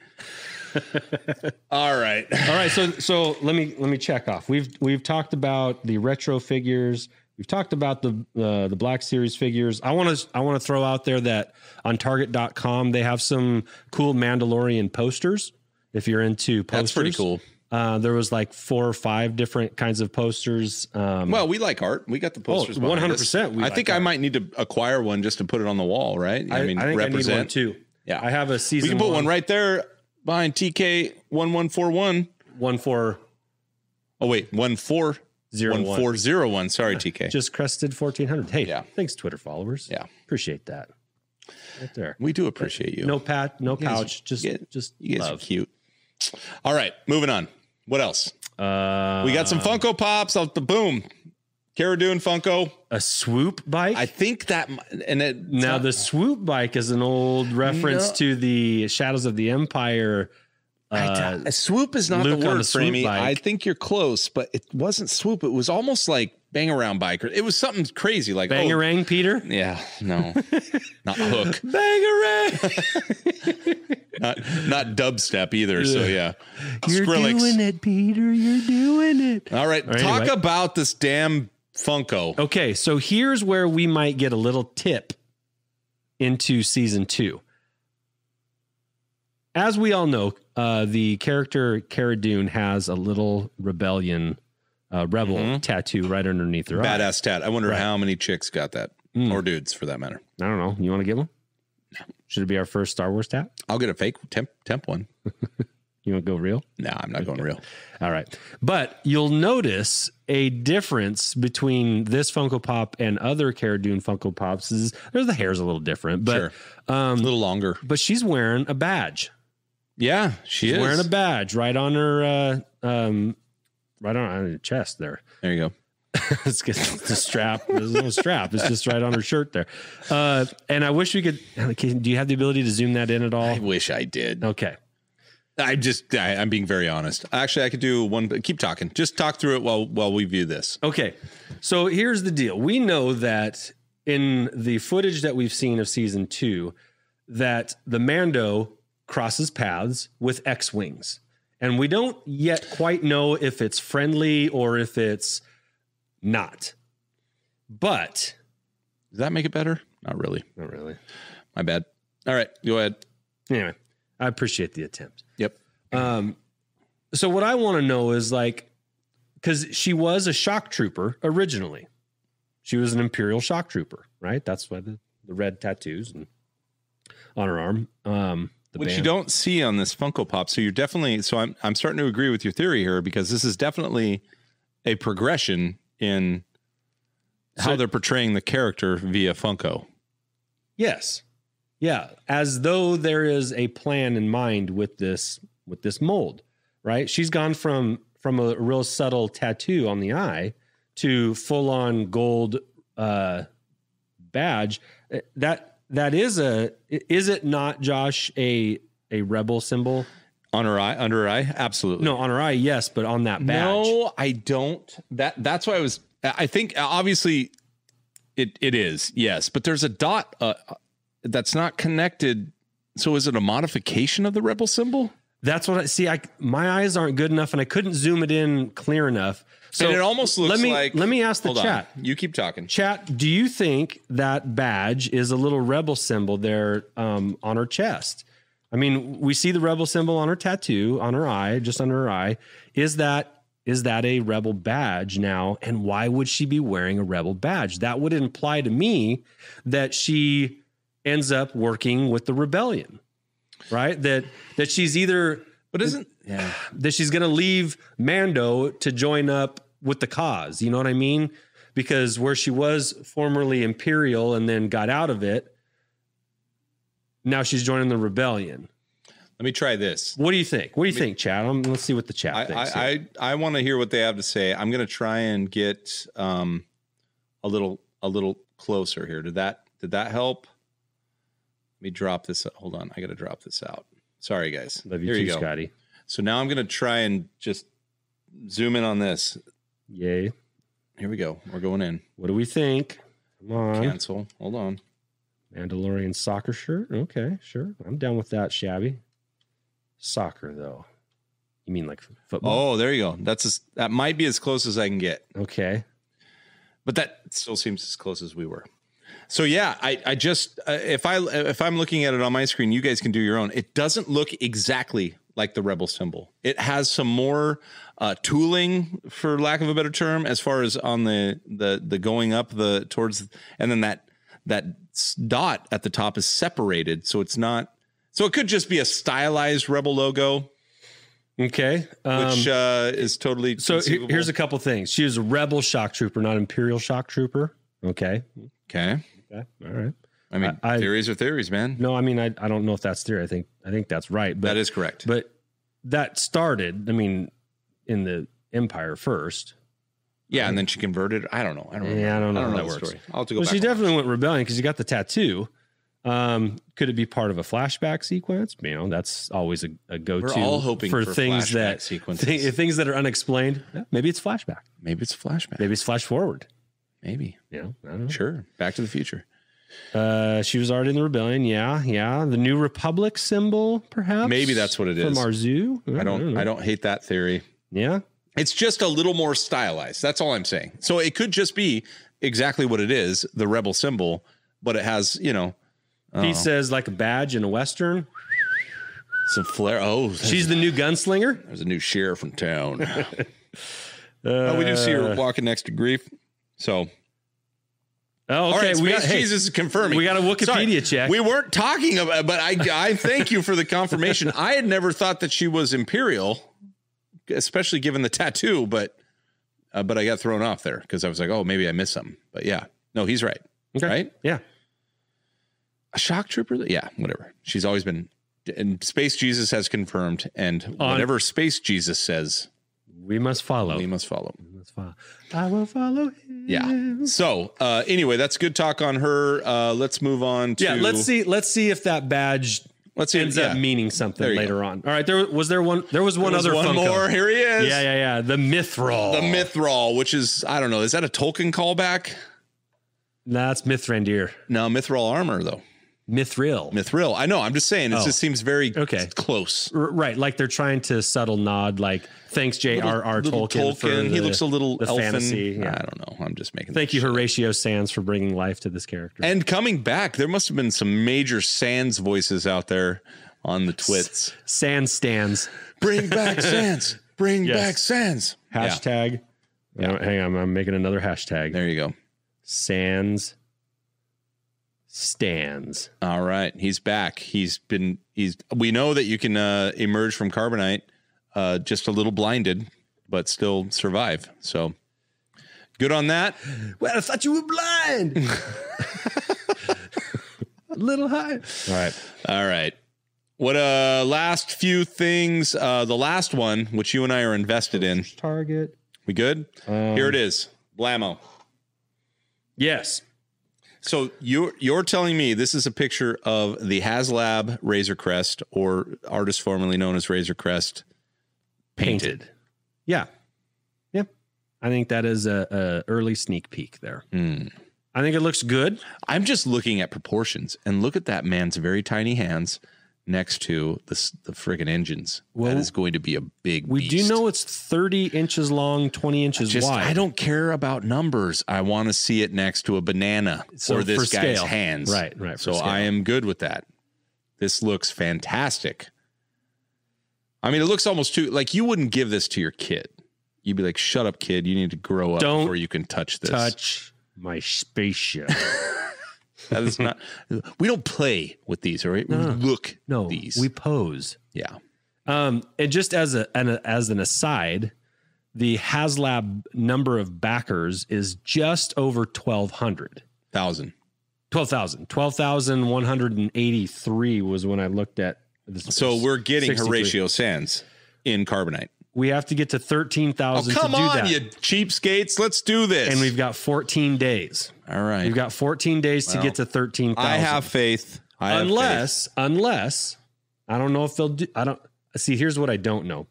Speaker 1: all right
Speaker 2: All right, so so let me let me check off. We've we've talked about the retro figures. We've talked about the uh, the Black Series figures. I want to I want to throw out there that on Target.com they have some cool Mandalorian posters. If you're into posters,
Speaker 1: that's pretty cool
Speaker 2: Uh, there was like four or five different kinds of posters. Um,
Speaker 1: well we like art we
Speaker 2: Oh,
Speaker 1: got the posters behind us.
Speaker 2: 100% we
Speaker 1: i
Speaker 2: like
Speaker 1: think i
Speaker 2: art.
Speaker 1: might need to acquire one just to put it on the wall right
Speaker 2: I, I think I need one too.
Speaker 1: Yeah.
Speaker 2: I have a season.
Speaker 1: we can put one
Speaker 2: one
Speaker 1: right there behind tk 1141
Speaker 2: one four
Speaker 1: oh wait 14
Speaker 2: zero one.
Speaker 1: 1401 sorry tk
Speaker 2: Just crested fourteen hundred. Hey,
Speaker 1: Yeah.
Speaker 2: thanks Twitter followers.
Speaker 1: Yeah.
Speaker 2: appreciate that. Right there.
Speaker 1: we do appreciate you
Speaker 2: No pat, no
Speaker 1: guys-
Speaker 2: pouch. Just,
Speaker 1: you guys-
Speaker 2: just
Speaker 1: you guys are
Speaker 2: love.
Speaker 1: cute all right moving on what else
Speaker 2: Uh,
Speaker 1: We got some Funko Pops off the boom. Cara Dune Funko.
Speaker 2: a swoop bike.
Speaker 1: I think that and it
Speaker 2: now the swoop bike is an old reference
Speaker 1: No.
Speaker 2: to the Shadows of the Empire. Uh,
Speaker 1: a swoop is not
Speaker 2: Luke
Speaker 1: the
Speaker 2: on
Speaker 1: word,
Speaker 2: a swoop
Speaker 1: Framey.
Speaker 2: bike.
Speaker 1: I think you're close, but it wasn't swoop. It was almost like bang around biker. It was something crazy like oh,
Speaker 2: bangarang, Peter.
Speaker 1: Yeah, no, not hook,
Speaker 2: Bangarang.
Speaker 1: not not dubstep either. So yeah, Skrillex.
Speaker 2: it, Peter. You're doing it.
Speaker 1: All right,
Speaker 2: right,
Speaker 1: talk
Speaker 2: anyway. Oh,
Speaker 1: about this damn Funko.
Speaker 2: Okay, so here's where we might get a little tip into season two. As we all know, uh, the character Cara Dune has a little rebellion, uh, rebel
Speaker 1: Mhm.
Speaker 2: tattoo right underneath her eye.
Speaker 1: Badass tat. I wonder
Speaker 2: Right.
Speaker 1: how many chicks got that,
Speaker 2: Mm.
Speaker 1: or dudes for that matter.
Speaker 2: I don't know. You want to get one? Should it be our first Star Wars tap?
Speaker 1: I'll get a fake temp temp one.
Speaker 2: You want to go real?
Speaker 1: No, I'm not going real.
Speaker 2: All right. But you'll notice a difference between this Funko Pop and other Cara Dune Funko Pops is there's the hair's a little different, but
Speaker 1: a
Speaker 2: um,
Speaker 1: little longer.
Speaker 2: but she's wearing a badge.
Speaker 1: Yeah, she
Speaker 2: She's
Speaker 1: is
Speaker 2: wearing a badge right on her uh, um, right on, on her chest there.
Speaker 1: There you go.
Speaker 2: it's just the strap. There's no strap. It's just right on her shirt there. Uh, and I wish we could. Can, do you have the ability to zoom that in at all?
Speaker 1: I wish I did.
Speaker 2: Okay.
Speaker 1: I just I, I'm being very honest. Actually, I could do one. but Keep talking. Just talk through it while while we view this.
Speaker 2: Okay. So here's the deal. We know that in the footage that we've seen of season two, that the Mando crosses paths with X Wings. And we don't yet quite know if it's friendly or if it's not. But
Speaker 1: Does that make it better? Not really.
Speaker 2: not really.
Speaker 1: My bad. All right, go ahead.
Speaker 2: Anyway, I appreciate the attempt.
Speaker 1: Yep.
Speaker 2: Um, so what I want to know is like, because she was a shock trooper originally, she was an imperial shock trooper, right? That's why the, the red tattoos and on her arm. Um, the
Speaker 1: Which you
Speaker 2: band.
Speaker 1: don't see on this Funko Pop. So you're definitely. So I'm I'm starting to agree with your theory here because this is definitely a progression in how
Speaker 2: So-
Speaker 1: they're portraying the character via Funko.
Speaker 2: Yes, yeah, as though there is a plan in mind with this with this mold, right? She's gone from from a real subtle tattoo on the eye to full on gold uh, badge. Uh, That that is a i- is it not, Josh? A a rebel symbol?
Speaker 1: On her eye, under her eye, absolutely.
Speaker 2: No, on her eye, yes, but on that badge.
Speaker 1: No, I don't. That that's why I was. I think uh, obviously, it it is yes, but there's a dot uh, that's not connected. So is it a modification of the rebel symbol?
Speaker 2: That's what I see. I my eyes aren't good enough, and I couldn't zoom it in clear enough. So
Speaker 1: and it almost looks
Speaker 2: let me
Speaker 1: like.
Speaker 2: let me ask the
Speaker 1: hold on.
Speaker 2: chat.
Speaker 1: You keep talking.
Speaker 2: Chat, do you think that badge is a little rebel symbol there um, on her chest? I mean, we see the rebel symbol on her tattoo, on her eye, just under her eye. Is that is that a rebel badge now? And why would she be wearing a rebel badge? That would imply to me that she ends up working with the rebellion, right? That that she's either
Speaker 1: But isn't
Speaker 2: that she's going to leave Mando to join up with the cause. You know what I mean? Because where she was formerly Imperial and then got out of it, now she's joining the rebellion.
Speaker 1: let me try this.
Speaker 2: What do you think? What do you think, Chad? Um, let's see what the chat
Speaker 1: I
Speaker 2: thinks.
Speaker 1: I
Speaker 2: here.
Speaker 1: I, I want to hear what they have to say. I'm going to try and get um a little a little closer here. Did that did that help? Let me drop this. Hold on, I got to drop this out. Sorry, guys.
Speaker 2: Love you
Speaker 1: here
Speaker 2: too,
Speaker 1: you go.
Speaker 2: Scotty.
Speaker 1: So now I'm going to try and just zoom in on this.
Speaker 2: Yay.
Speaker 1: Here we go. We're going in.
Speaker 2: What do we think? Come on.
Speaker 1: Cancel. Hold on.
Speaker 2: Mandalorian soccer shirt. Okay, sure. I'm down with that, Shabby. Soccer, though. You mean like football?
Speaker 1: Oh, there you go. That's as, that might be as close as I can get.
Speaker 2: Okay.
Speaker 1: but that still seems as close as we were. So yeah, I I just uh, if I if I'm looking at it on my screen, you guys can do your own. It doesn't look exactly like the rebel symbol. It has some more uh, tooling, for lack of a better term, as far as on the the the going up the towards, and then that that s- dot at the top is separated, so it's not. So it could just be a stylized rebel logo,
Speaker 2: Okay. Um,
Speaker 1: which uh, is totally.
Speaker 2: So he-
Speaker 1: conceivable.
Speaker 2: here's a couple things. She was a rebel shock trooper, not imperial shock trooper. Okay.
Speaker 1: okay.
Speaker 2: Okay. All right.
Speaker 1: I mean,
Speaker 2: I- I-
Speaker 1: theories are theories, man.
Speaker 2: No, I mean, I, I don't know if that's theory. I think I think that's right. But
Speaker 1: that is correct.
Speaker 2: but that started. I mean, in the empire first.
Speaker 1: Yeah, and then she converted. I don't know. I don't know.
Speaker 2: Yeah, I don't know
Speaker 1: I don't know
Speaker 2: how that
Speaker 1: the
Speaker 2: works.
Speaker 1: story. I'll have to go
Speaker 2: But
Speaker 1: back.
Speaker 2: she
Speaker 1: and watch.
Speaker 2: definitely went rebellion because you got the tattoo. Um, could it be part of a flashback sequence? You know, that's always a, a go-to.
Speaker 1: We're all hoping for,
Speaker 2: things
Speaker 1: flashback
Speaker 2: that
Speaker 1: sequences.
Speaker 2: thi- things that are unexplained. Yeah, Maybe it's flashback.
Speaker 1: maybe it's a flashback. Maybe.
Speaker 2: Maybe it's flash forward. You know, I don't know.
Speaker 1: Sure. Back to the Future.
Speaker 2: Uh, she was already in the rebellion. Yeah, yeah. The New Republic symbol, perhaps.
Speaker 1: Maybe that's what it
Speaker 2: from
Speaker 1: is.
Speaker 2: our zoo.
Speaker 1: I don't.
Speaker 2: know.
Speaker 1: I don't hate that theory.
Speaker 2: Yeah.
Speaker 1: It's just a little more stylized. That's all I'm saying. So it could just be exactly what it is, the rebel symbol, but it has you know uh, Oh.
Speaker 2: Pete says like a badge in a western.
Speaker 1: some flair. Oh,
Speaker 2: She's the new gunslinger.
Speaker 1: there's a new sheriff in town.
Speaker 2: Uh,
Speaker 1: Oh, we do see her walking next to grief. So
Speaker 2: Oh, okay.
Speaker 1: All right,
Speaker 2: we got.
Speaker 1: Space
Speaker 2: Hey,
Speaker 1: Jesus is confirming.
Speaker 2: we got a Wikipedia
Speaker 1: Sorry,
Speaker 2: check.
Speaker 1: We weren't talking about, but I I thank you for the confirmation. I had never thought that she was imperial, especially given the tattoo. But uh, but I got thrown off there because I was like, oh, maybe I missed something. But yeah, no, he's right.
Speaker 2: Okay.
Speaker 1: Right?
Speaker 2: Yeah.
Speaker 1: A shock trooper? Yeah, whatever. She's always been. And Space Jesus has confirmed, and
Speaker 2: On- Oh.
Speaker 1: whatever Space Jesus says,
Speaker 2: We must follow.
Speaker 1: we must follow.
Speaker 2: We must follow. I will follow him.
Speaker 1: Yeah. So uh, anyway, that's good talk on her. Uh, let's move on to
Speaker 2: Yeah. Let's see. Let's see if that badge
Speaker 1: Let's see.
Speaker 2: ends up
Speaker 1: yeah.
Speaker 2: meaning something
Speaker 1: There you
Speaker 2: later on. All right. There was there one. There was one
Speaker 1: There's
Speaker 2: other
Speaker 1: one
Speaker 2: Funko.
Speaker 1: more. Here he is.
Speaker 2: Yeah, yeah, yeah. The Mithril.
Speaker 1: The Mithral, which is I don't know, is that a Tolkien callback?
Speaker 2: Nah, that's Mithrandir.
Speaker 1: No, Mithril armor though.
Speaker 2: Mithril.
Speaker 1: Mithril. I know. I'm just saying. It
Speaker 2: Oh.
Speaker 1: just seems very
Speaker 2: Okay.
Speaker 1: close.
Speaker 2: R- right, like they're trying to subtle nod, like thanks J.R.R.
Speaker 1: Little
Speaker 2: Tolkien. for
Speaker 1: he
Speaker 2: the-
Speaker 1: looks a little
Speaker 2: the
Speaker 1: elfin.
Speaker 2: fantasy, yeah.
Speaker 1: I don't know. I'm just making.
Speaker 2: Thank
Speaker 1: that
Speaker 2: you,
Speaker 1: shit.
Speaker 2: Horatio Sands, for bringing life to this character.
Speaker 1: And coming back, there must have been some major Sans voices out there on the twits.
Speaker 2: Sands stands.
Speaker 1: Bring back Sans. Bring
Speaker 2: Yes.
Speaker 1: back Sans. Yeah.
Speaker 2: Hashtag. Uh, Hang on, I'm making another hashtag.
Speaker 1: There you go.
Speaker 2: Sands stands.
Speaker 1: All right, he's back. He's been he's we know that you can uh emerge from carbonite uh just a little blinded but still survive. So good on that.
Speaker 2: Well, I thought you were blind. a little high. All right.
Speaker 1: All right. What uh last few things uh the last one which you and I are invested in.
Speaker 2: Target.
Speaker 1: We good?
Speaker 2: Um,
Speaker 1: Here it is. Blammo.
Speaker 2: Yes.
Speaker 1: So you're you're telling me this is a picture of the HasLab Razor Crest or artist formerly known as Razor Crest painted.
Speaker 2: Yeah. Yeah. I think that is a, a early sneak peek there.
Speaker 1: Hmm.
Speaker 2: I think it looks good.
Speaker 1: I'm just looking at proportions and look at that man's very tiny hands next to the s- the friggin' engines.
Speaker 2: Well,
Speaker 1: that is going to be a big.
Speaker 2: We do
Speaker 1: beast.
Speaker 2: know it's 30 inches long, 20 inches
Speaker 1: Just
Speaker 2: wide.
Speaker 1: I don't care about numbers. I want to see it next to a banana
Speaker 2: So
Speaker 1: or this
Speaker 2: for
Speaker 1: guy's
Speaker 2: scale.
Speaker 1: hands.
Speaker 2: Right, right, for
Speaker 1: So
Speaker 2: scale.
Speaker 1: I am good with that. This looks fantastic. I mean, it looks almost too like you wouldn't give this to your kid. You'd be like, "Shut up, kid! You need to grow up
Speaker 2: Don't
Speaker 1: before you can touch this."
Speaker 2: touch my spaceship.
Speaker 1: That is not. We don't play with these, all right? We
Speaker 2: No.
Speaker 1: look
Speaker 2: no,
Speaker 1: these.
Speaker 2: we pose.
Speaker 1: yeah.
Speaker 2: Um, and just as a, an as an aside, the HasLab number of backers is just over 1,200.
Speaker 1: Thousand.
Speaker 2: 12,000. 12,183 was when I looked at this.
Speaker 1: So we're getting
Speaker 2: 63.
Speaker 1: Horatio Sands in carbonite.
Speaker 2: we have to get to
Speaker 1: Oh,
Speaker 2: 13,000
Speaker 1: come
Speaker 2: to do
Speaker 1: on,
Speaker 2: that.
Speaker 1: you cheapskates. Let's do this.
Speaker 2: and we've got 14 days.
Speaker 1: all right.
Speaker 2: We've got 14 days to
Speaker 1: Wow.
Speaker 2: get to 13,000.
Speaker 1: I have faith. I have faith.
Speaker 2: unless unless I don't know if they'll do I don't see here's what I don't know.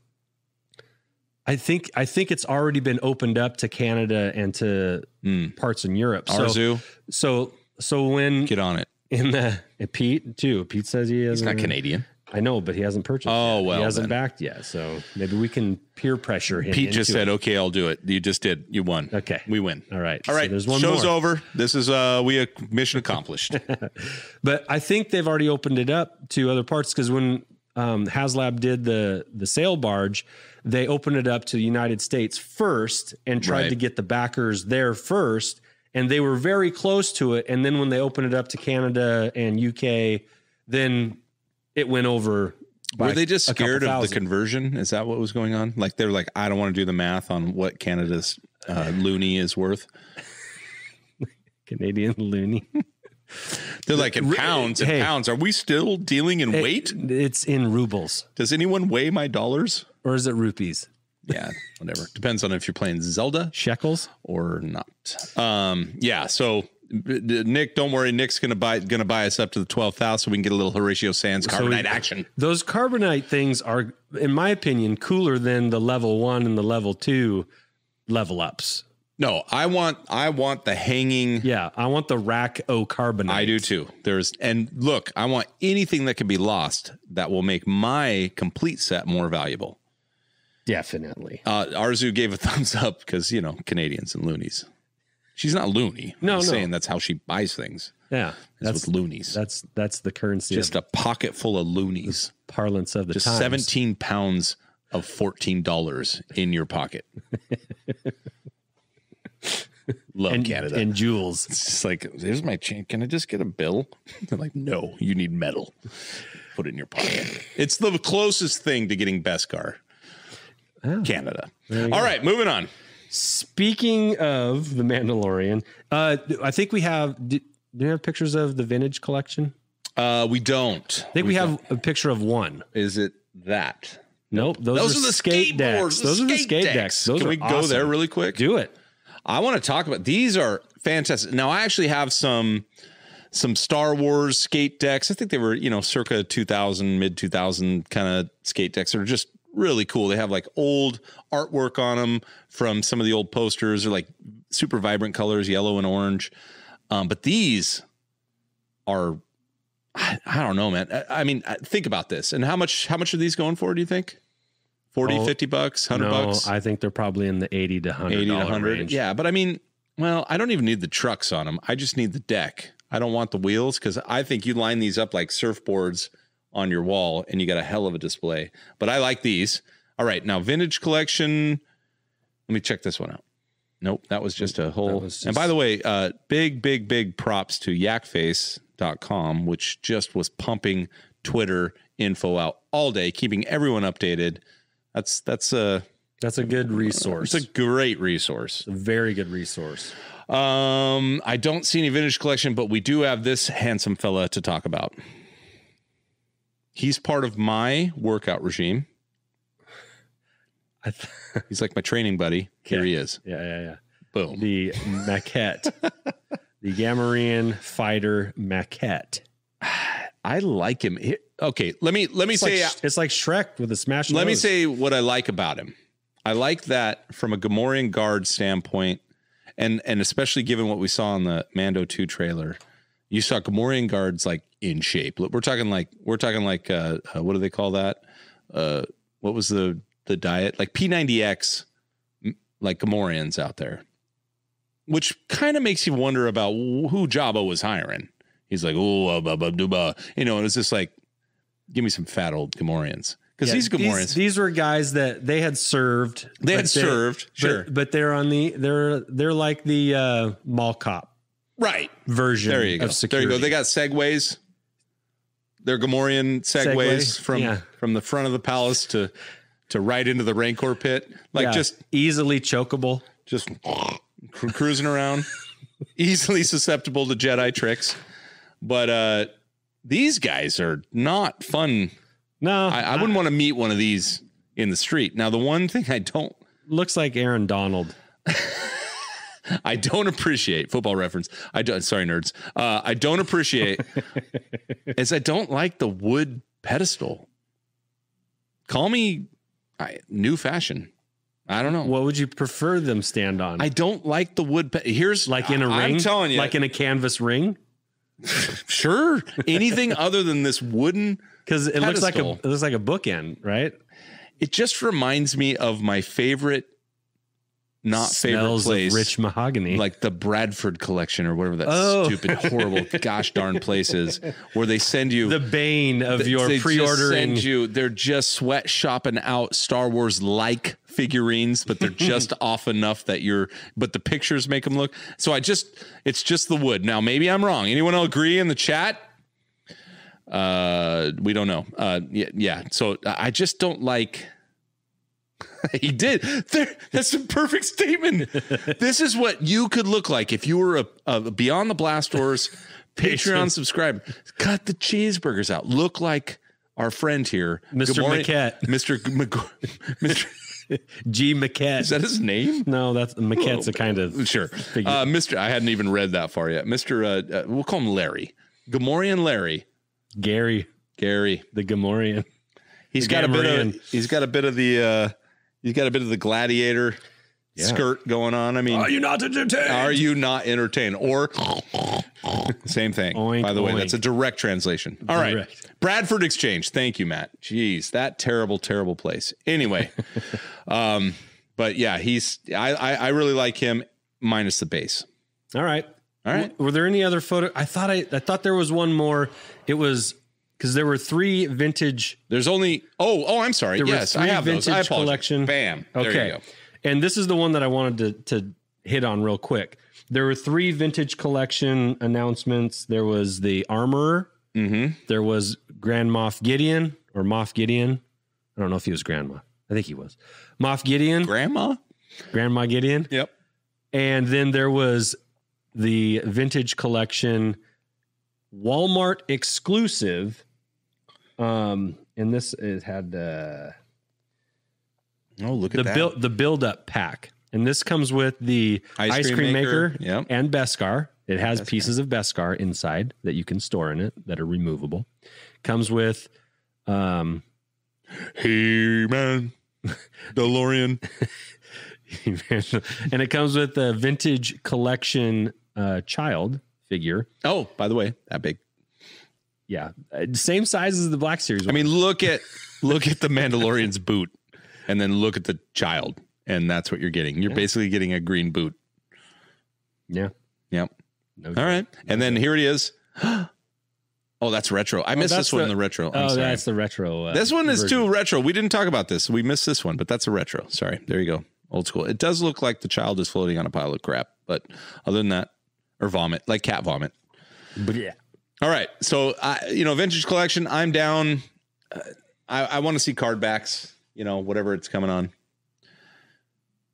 Speaker 2: I think I think it's already been opened up to Canada and to
Speaker 1: Mm.
Speaker 2: parts in Europe. So
Speaker 1: Arzu,
Speaker 2: so so when
Speaker 1: get on it.
Speaker 2: in the and Pete too. Pete says he
Speaker 1: He's
Speaker 2: hasn't
Speaker 1: not Canadian.
Speaker 2: I know, but he hasn't purchased.
Speaker 1: Oh,
Speaker 2: yet.
Speaker 1: well,
Speaker 2: he hasn't
Speaker 1: then.
Speaker 2: backed yet. So maybe we can peer pressure him.
Speaker 1: Pete just
Speaker 2: into
Speaker 1: said,
Speaker 2: it.
Speaker 1: "Okay, I'll do it." You just did. You won.
Speaker 2: Okay.
Speaker 1: We win.
Speaker 2: All right.
Speaker 1: All
Speaker 2: So
Speaker 1: right.
Speaker 2: there's one
Speaker 1: Show's
Speaker 2: more.
Speaker 1: over. This is uh we uh, mission accomplished.
Speaker 2: But I think they've already opened it up to other parts because when um, HasLab did the the sail barge, they opened it up to the United States first and tried
Speaker 1: Right.
Speaker 2: to get the backers there first, and they were very close to it. And then when they opened it up to Canada and UK, then it went over. by
Speaker 1: Were they just
Speaker 2: a couple
Speaker 1: scared of the
Speaker 2: thousand.
Speaker 1: conversion? Is that what was going on? Like they're like, I don't want to do the math on what Canada's uh, loony is worth.
Speaker 2: Canadian loony?
Speaker 1: They're like in
Speaker 2: Re-
Speaker 1: pounds and
Speaker 2: hey.
Speaker 1: pounds. Are we still dealing in weight?
Speaker 2: It- it's in rubles
Speaker 1: Does anyone weigh my dollars?
Speaker 2: or is it rupees?
Speaker 1: Yeah, whatever. Depends on if you're playing Zelda
Speaker 2: Shekels?
Speaker 1: or not. Um, yeah. So b- d- Nick, don't worry. Nick's gonna buy gonna buy us up to the twelve thousand. So we can get a little Horatio Sands
Speaker 2: So we-
Speaker 1: carbonite action.
Speaker 2: Those carbonite things are, in my opinion, cooler than the level one and the level two level ups.
Speaker 1: No, I want I want the hanging.
Speaker 2: Yeah, I want the rack o carbonite.
Speaker 1: I do too. There's and look, I want anything that can be lost that will make my complete set more valuable.
Speaker 2: definitely.
Speaker 1: Uh, Arzu gave a thumbs up because you know Canadians and loonies. She's not loony.
Speaker 2: No,
Speaker 1: I'm just
Speaker 2: no.
Speaker 1: saying that's how she buys things.
Speaker 2: Yeah,
Speaker 1: Is
Speaker 2: that's
Speaker 1: with loonies.
Speaker 2: that's that's the currency
Speaker 1: Just
Speaker 2: of
Speaker 1: a pocket full of loonies.
Speaker 2: parlance of the
Speaker 1: Just
Speaker 2: times.
Speaker 1: 17 pounds of $14 in your pocket. Love
Speaker 2: and,
Speaker 1: Canada.
Speaker 2: and jewels.
Speaker 1: it's just like, here's my chance. Can I just get a bill? They're like, no, you need metal. Put it in your pocket. it's the closest thing to getting Beskar,
Speaker 2: Oh.
Speaker 1: Canada.
Speaker 2: you
Speaker 1: All right, moving on.
Speaker 2: Speaking of the Mandalorian, uh, I think we have. Do, do you have pictures of the vintage collection?
Speaker 1: Uh, we don't.
Speaker 2: I think we, have a picture of one.
Speaker 1: Is it that?
Speaker 2: Nope, those,
Speaker 1: Those,
Speaker 2: are,
Speaker 1: are, the
Speaker 2: skate
Speaker 1: skateboards.
Speaker 2: decks.
Speaker 1: the
Speaker 2: Those are the
Speaker 1: skate
Speaker 2: skate decks. Those
Speaker 1: Can
Speaker 2: are
Speaker 1: we go there
Speaker 2: awesome.
Speaker 1: really quick?
Speaker 2: Do it.
Speaker 1: I want to talk about these are fantastic. Now I actually have some some Star Wars skate decks. I think they were, you know, circa 2000 mid 2000 kind of skate decks that are just really cool. They have like old artwork on them from some of the old posters. They're like super vibrant colors, yellow and orange. Um, but these are I, I don't know, man. I, I mean, I- think about this. And how much how much are these going for, do you think? 40,
Speaker 2: Oh,
Speaker 1: 50 bucks, 100 bucks?
Speaker 2: I think they're probably in the eighty to hundred
Speaker 1: 80 to 100
Speaker 2: range.
Speaker 1: yeah but i mean well i don't even need the trucks on them i just need the deck i don't want the wheels because i think you line these up like surfboards on your wall and you got a hell of a display but i like these all right now vintage collection let me check this one out nope that was just a whole
Speaker 2: was just-
Speaker 1: and by the way uh big big big props to yakface.com which just was pumping twitter info out all day keeping everyone updated that's that's a
Speaker 2: that's a good resource.
Speaker 1: it's a great resource
Speaker 2: a very good resource.
Speaker 1: um, I don't see any vintage collection, but we do have this handsome fella to talk about. He's part of my workout regime.
Speaker 2: I th-
Speaker 1: He's like my training buddy. Here he is.
Speaker 2: yeah, yeah, yeah.
Speaker 1: Boom.
Speaker 2: The maquette, The Gamorrean fighter maquette.
Speaker 1: I like him. He- Okay, let me let me
Speaker 2: It's like,
Speaker 1: say
Speaker 2: it's like Shrek with a smash.
Speaker 1: let me
Speaker 2: nose.
Speaker 1: say what I like about him. I like that from a Gamorrean guard standpoint, and and especially given what we saw in the Mando two trailer, you saw Gamorrean guards like in shape. Look, We're talking like we're talking like uh, uh, what do they call that? Uh, what was the the diet like P ninety X like Gamorreans out there, which kind of makes you wonder about who Jabba was hiring. He's like, oh, uh, bah, bah, doo, bah." you know, and it's just like, give me some fat old Gamorreans because
Speaker 2: Yeah,
Speaker 1: these Gamorreans
Speaker 2: These, were guys that they had served.
Speaker 1: they
Speaker 2: but
Speaker 1: had served,
Speaker 2: but-
Speaker 1: sure,
Speaker 2: but they're on the they're they're like the uh, mall cop
Speaker 1: right.
Speaker 2: version.
Speaker 1: There you go.
Speaker 2: Of security.
Speaker 1: There you go. They got segways. They're Gamorrean segways
Speaker 2: Segway,
Speaker 1: from
Speaker 2: yeah.
Speaker 1: from the front of the palace to to right into the Rancor pit, like
Speaker 2: Yeah,
Speaker 1: just
Speaker 2: easily chokeable.
Speaker 1: just cru- cruising around, easily susceptible to Jedi tricks. But uh these guys are not fun.
Speaker 2: No,
Speaker 1: I, I wouldn't want to meet one of these in the street. Now, the one thing I don't
Speaker 2: looks like Aaron Donald.
Speaker 1: I don't appreciate football reference. I don't. Sorry, nerds. Uh, I don't appreciate is I don't like the wood pedestal. Call me I, new fashion. I don't know.
Speaker 2: What would you prefer them stand on?
Speaker 1: I don't like the wood. Pe- Here's
Speaker 2: like in a
Speaker 1: I-
Speaker 2: ring,
Speaker 1: I'm telling you,
Speaker 2: like in a canvas ring,
Speaker 1: sure anything other than this wooden.
Speaker 2: because it looks like a
Speaker 1: Pedestal.
Speaker 2: it looks like a bookend, right?
Speaker 1: It just reminds me of my favorite, not favorite
Speaker 2: Smells
Speaker 1: place,
Speaker 2: of rich mahogany.
Speaker 1: like the Bradford collection or whatever that
Speaker 2: Oh.
Speaker 1: stupid, horrible, gosh darn place is, where they send you
Speaker 2: the bane of
Speaker 1: Th-
Speaker 2: your
Speaker 1: they just
Speaker 2: pre-ordering.
Speaker 1: send you they're just sweat shopping out star wars like figurines but they're just off enough that you're but the pictures make them look so i just it's just the wood now maybe i'm wrong anyone agree in the chat uh we don't know uh yeah, yeah. so uh, i I just don't like he did there, that's a perfect statement this is what you could look like if you were a, a beyond the blast doors patreon subscriber cut the cheeseburgers out look like our friend here
Speaker 2: Mr.
Speaker 1: Good morning-
Speaker 2: Maquette.
Speaker 1: mr G- Mag- mr
Speaker 2: G
Speaker 1: is
Speaker 2: Maquette.
Speaker 1: that his name
Speaker 2: no, that's Maquette's a kind of
Speaker 1: sure uh mr i hadn't even read that far yet mr uh, uh we'll call him larry gamorian larry
Speaker 2: Gary
Speaker 1: gary
Speaker 2: the Gamorrean.
Speaker 1: He's
Speaker 2: The
Speaker 1: got a bit
Speaker 2: Gamorrean.
Speaker 1: of he's got a bit of the uh he's got a bit of the gladiator skirt going on. I mean, are you,
Speaker 2: not entertained?
Speaker 1: not entertained? Or same thing.
Speaker 2: Oink,
Speaker 1: By the way,
Speaker 2: oink.
Speaker 1: that's a direct translation. All right,
Speaker 2: Direct.
Speaker 1: Bradford Exchange. Thank you, Matt. Jeez, that terrible, terrible place. Anyway, um, but yeah, he's I, I I really like him minus the base.
Speaker 2: All right.
Speaker 1: All right.
Speaker 2: Were there any other photo? I thought I, I thought there was one more. It was because there were three vintage.
Speaker 1: There's only oh oh I'm sorry.
Speaker 2: There were
Speaker 1: yes, I
Speaker 2: three
Speaker 1: have those. I
Speaker 2: vintage
Speaker 1: apologize.
Speaker 2: collection.
Speaker 1: Bam. There you go.
Speaker 2: And this is the one that I wanted to, to hit on real quick. There were three vintage collection announcements. There was the armorer.
Speaker 1: Mm-hmm.
Speaker 2: There was Grand Moff Gideon or Moff Gideon. I don't know if he was Grandma. I think he was Moff Gideon,
Speaker 1: Grandma.
Speaker 2: Grandma Gideon.
Speaker 1: Yep.
Speaker 2: And then there was the vintage collection Walmart exclusive. Um, and this it had uh,
Speaker 1: Oh, look at
Speaker 2: the
Speaker 1: that.
Speaker 2: build the build up pack. And this comes with the ice, cream, maker,
Speaker 1: Yep.
Speaker 2: and Beskar. It has
Speaker 1: Beskar.
Speaker 2: pieces of Beskar inside that you can store in it that are removable. Comes with um
Speaker 1: Hey man, DeLorean.
Speaker 2: and it comes with the vintage collection uh child figure.
Speaker 1: Oh, by the way, that big.
Speaker 2: Yeah. Uh, Same size as the Black Series
Speaker 1: I mean, look at look at the Mandalorian's boot, and then look at the child, and that's what you're getting. You're
Speaker 2: Yeah.
Speaker 1: basically getting a green boot.
Speaker 2: Yeah.
Speaker 1: Yep.
Speaker 2: No
Speaker 1: All right, and then here it is. oh, that's retro. I missed
Speaker 2: that's
Speaker 1: this one in
Speaker 2: the-
Speaker 1: the retro. I'm
Speaker 2: Oh,
Speaker 1: sorry.
Speaker 2: that's the retro. Uh,
Speaker 1: this one is
Speaker 2: version.
Speaker 1: too retro. We didn't talk about this. We missed this one, but that's a retro. Sorry. There you go. Old school. It does look like the child is floating on a pile of crap, but other than that, or vomit, like cat vomit.
Speaker 2: But yeah.
Speaker 1: All right. So I, you know, vintage collection. I'm down. Uh, I, I want to see card backs. You know, whatever it's coming on.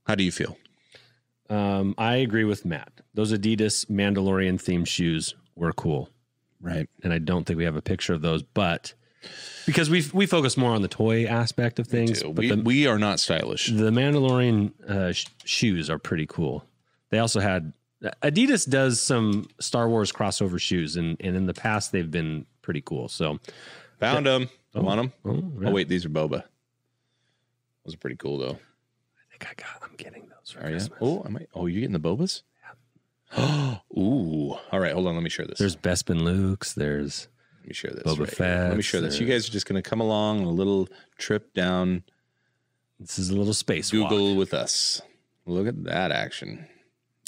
Speaker 1: How do you feel?
Speaker 2: Um, I agree with Matt. Those Adidas Mandalorian themed shoes were cool,
Speaker 1: Right.
Speaker 2: and I don't think we have a picture of those, but because we we focus more on the toy aspect of things, but
Speaker 1: we,
Speaker 2: the,
Speaker 1: we are not stylish.
Speaker 2: the Mandalorian uh, sh- shoes are pretty cool. They also had Adidas does some Star Wars crossover shoes, and and in the past they've been pretty cool. So
Speaker 1: Found them. I want them.
Speaker 2: oh, yeah.
Speaker 1: Oh wait, these are boba. Those are pretty cool though.
Speaker 2: I think I got. I'm getting those for
Speaker 1: Are you?
Speaker 2: Christmas.
Speaker 1: Oh, am I? Oh, you getting the bobas? Oh, ooh. All right, hold on. Let me share this.
Speaker 2: There's Bespin Luke's. There's
Speaker 1: let me share this.
Speaker 2: Boba
Speaker 1: right here. Let me
Speaker 2: Fett's,
Speaker 1: share this. You
Speaker 2: there's-
Speaker 1: guys are just going to come along on a little trip down
Speaker 2: this is a little space.
Speaker 1: Google
Speaker 2: walk.
Speaker 1: with us. Look at that action.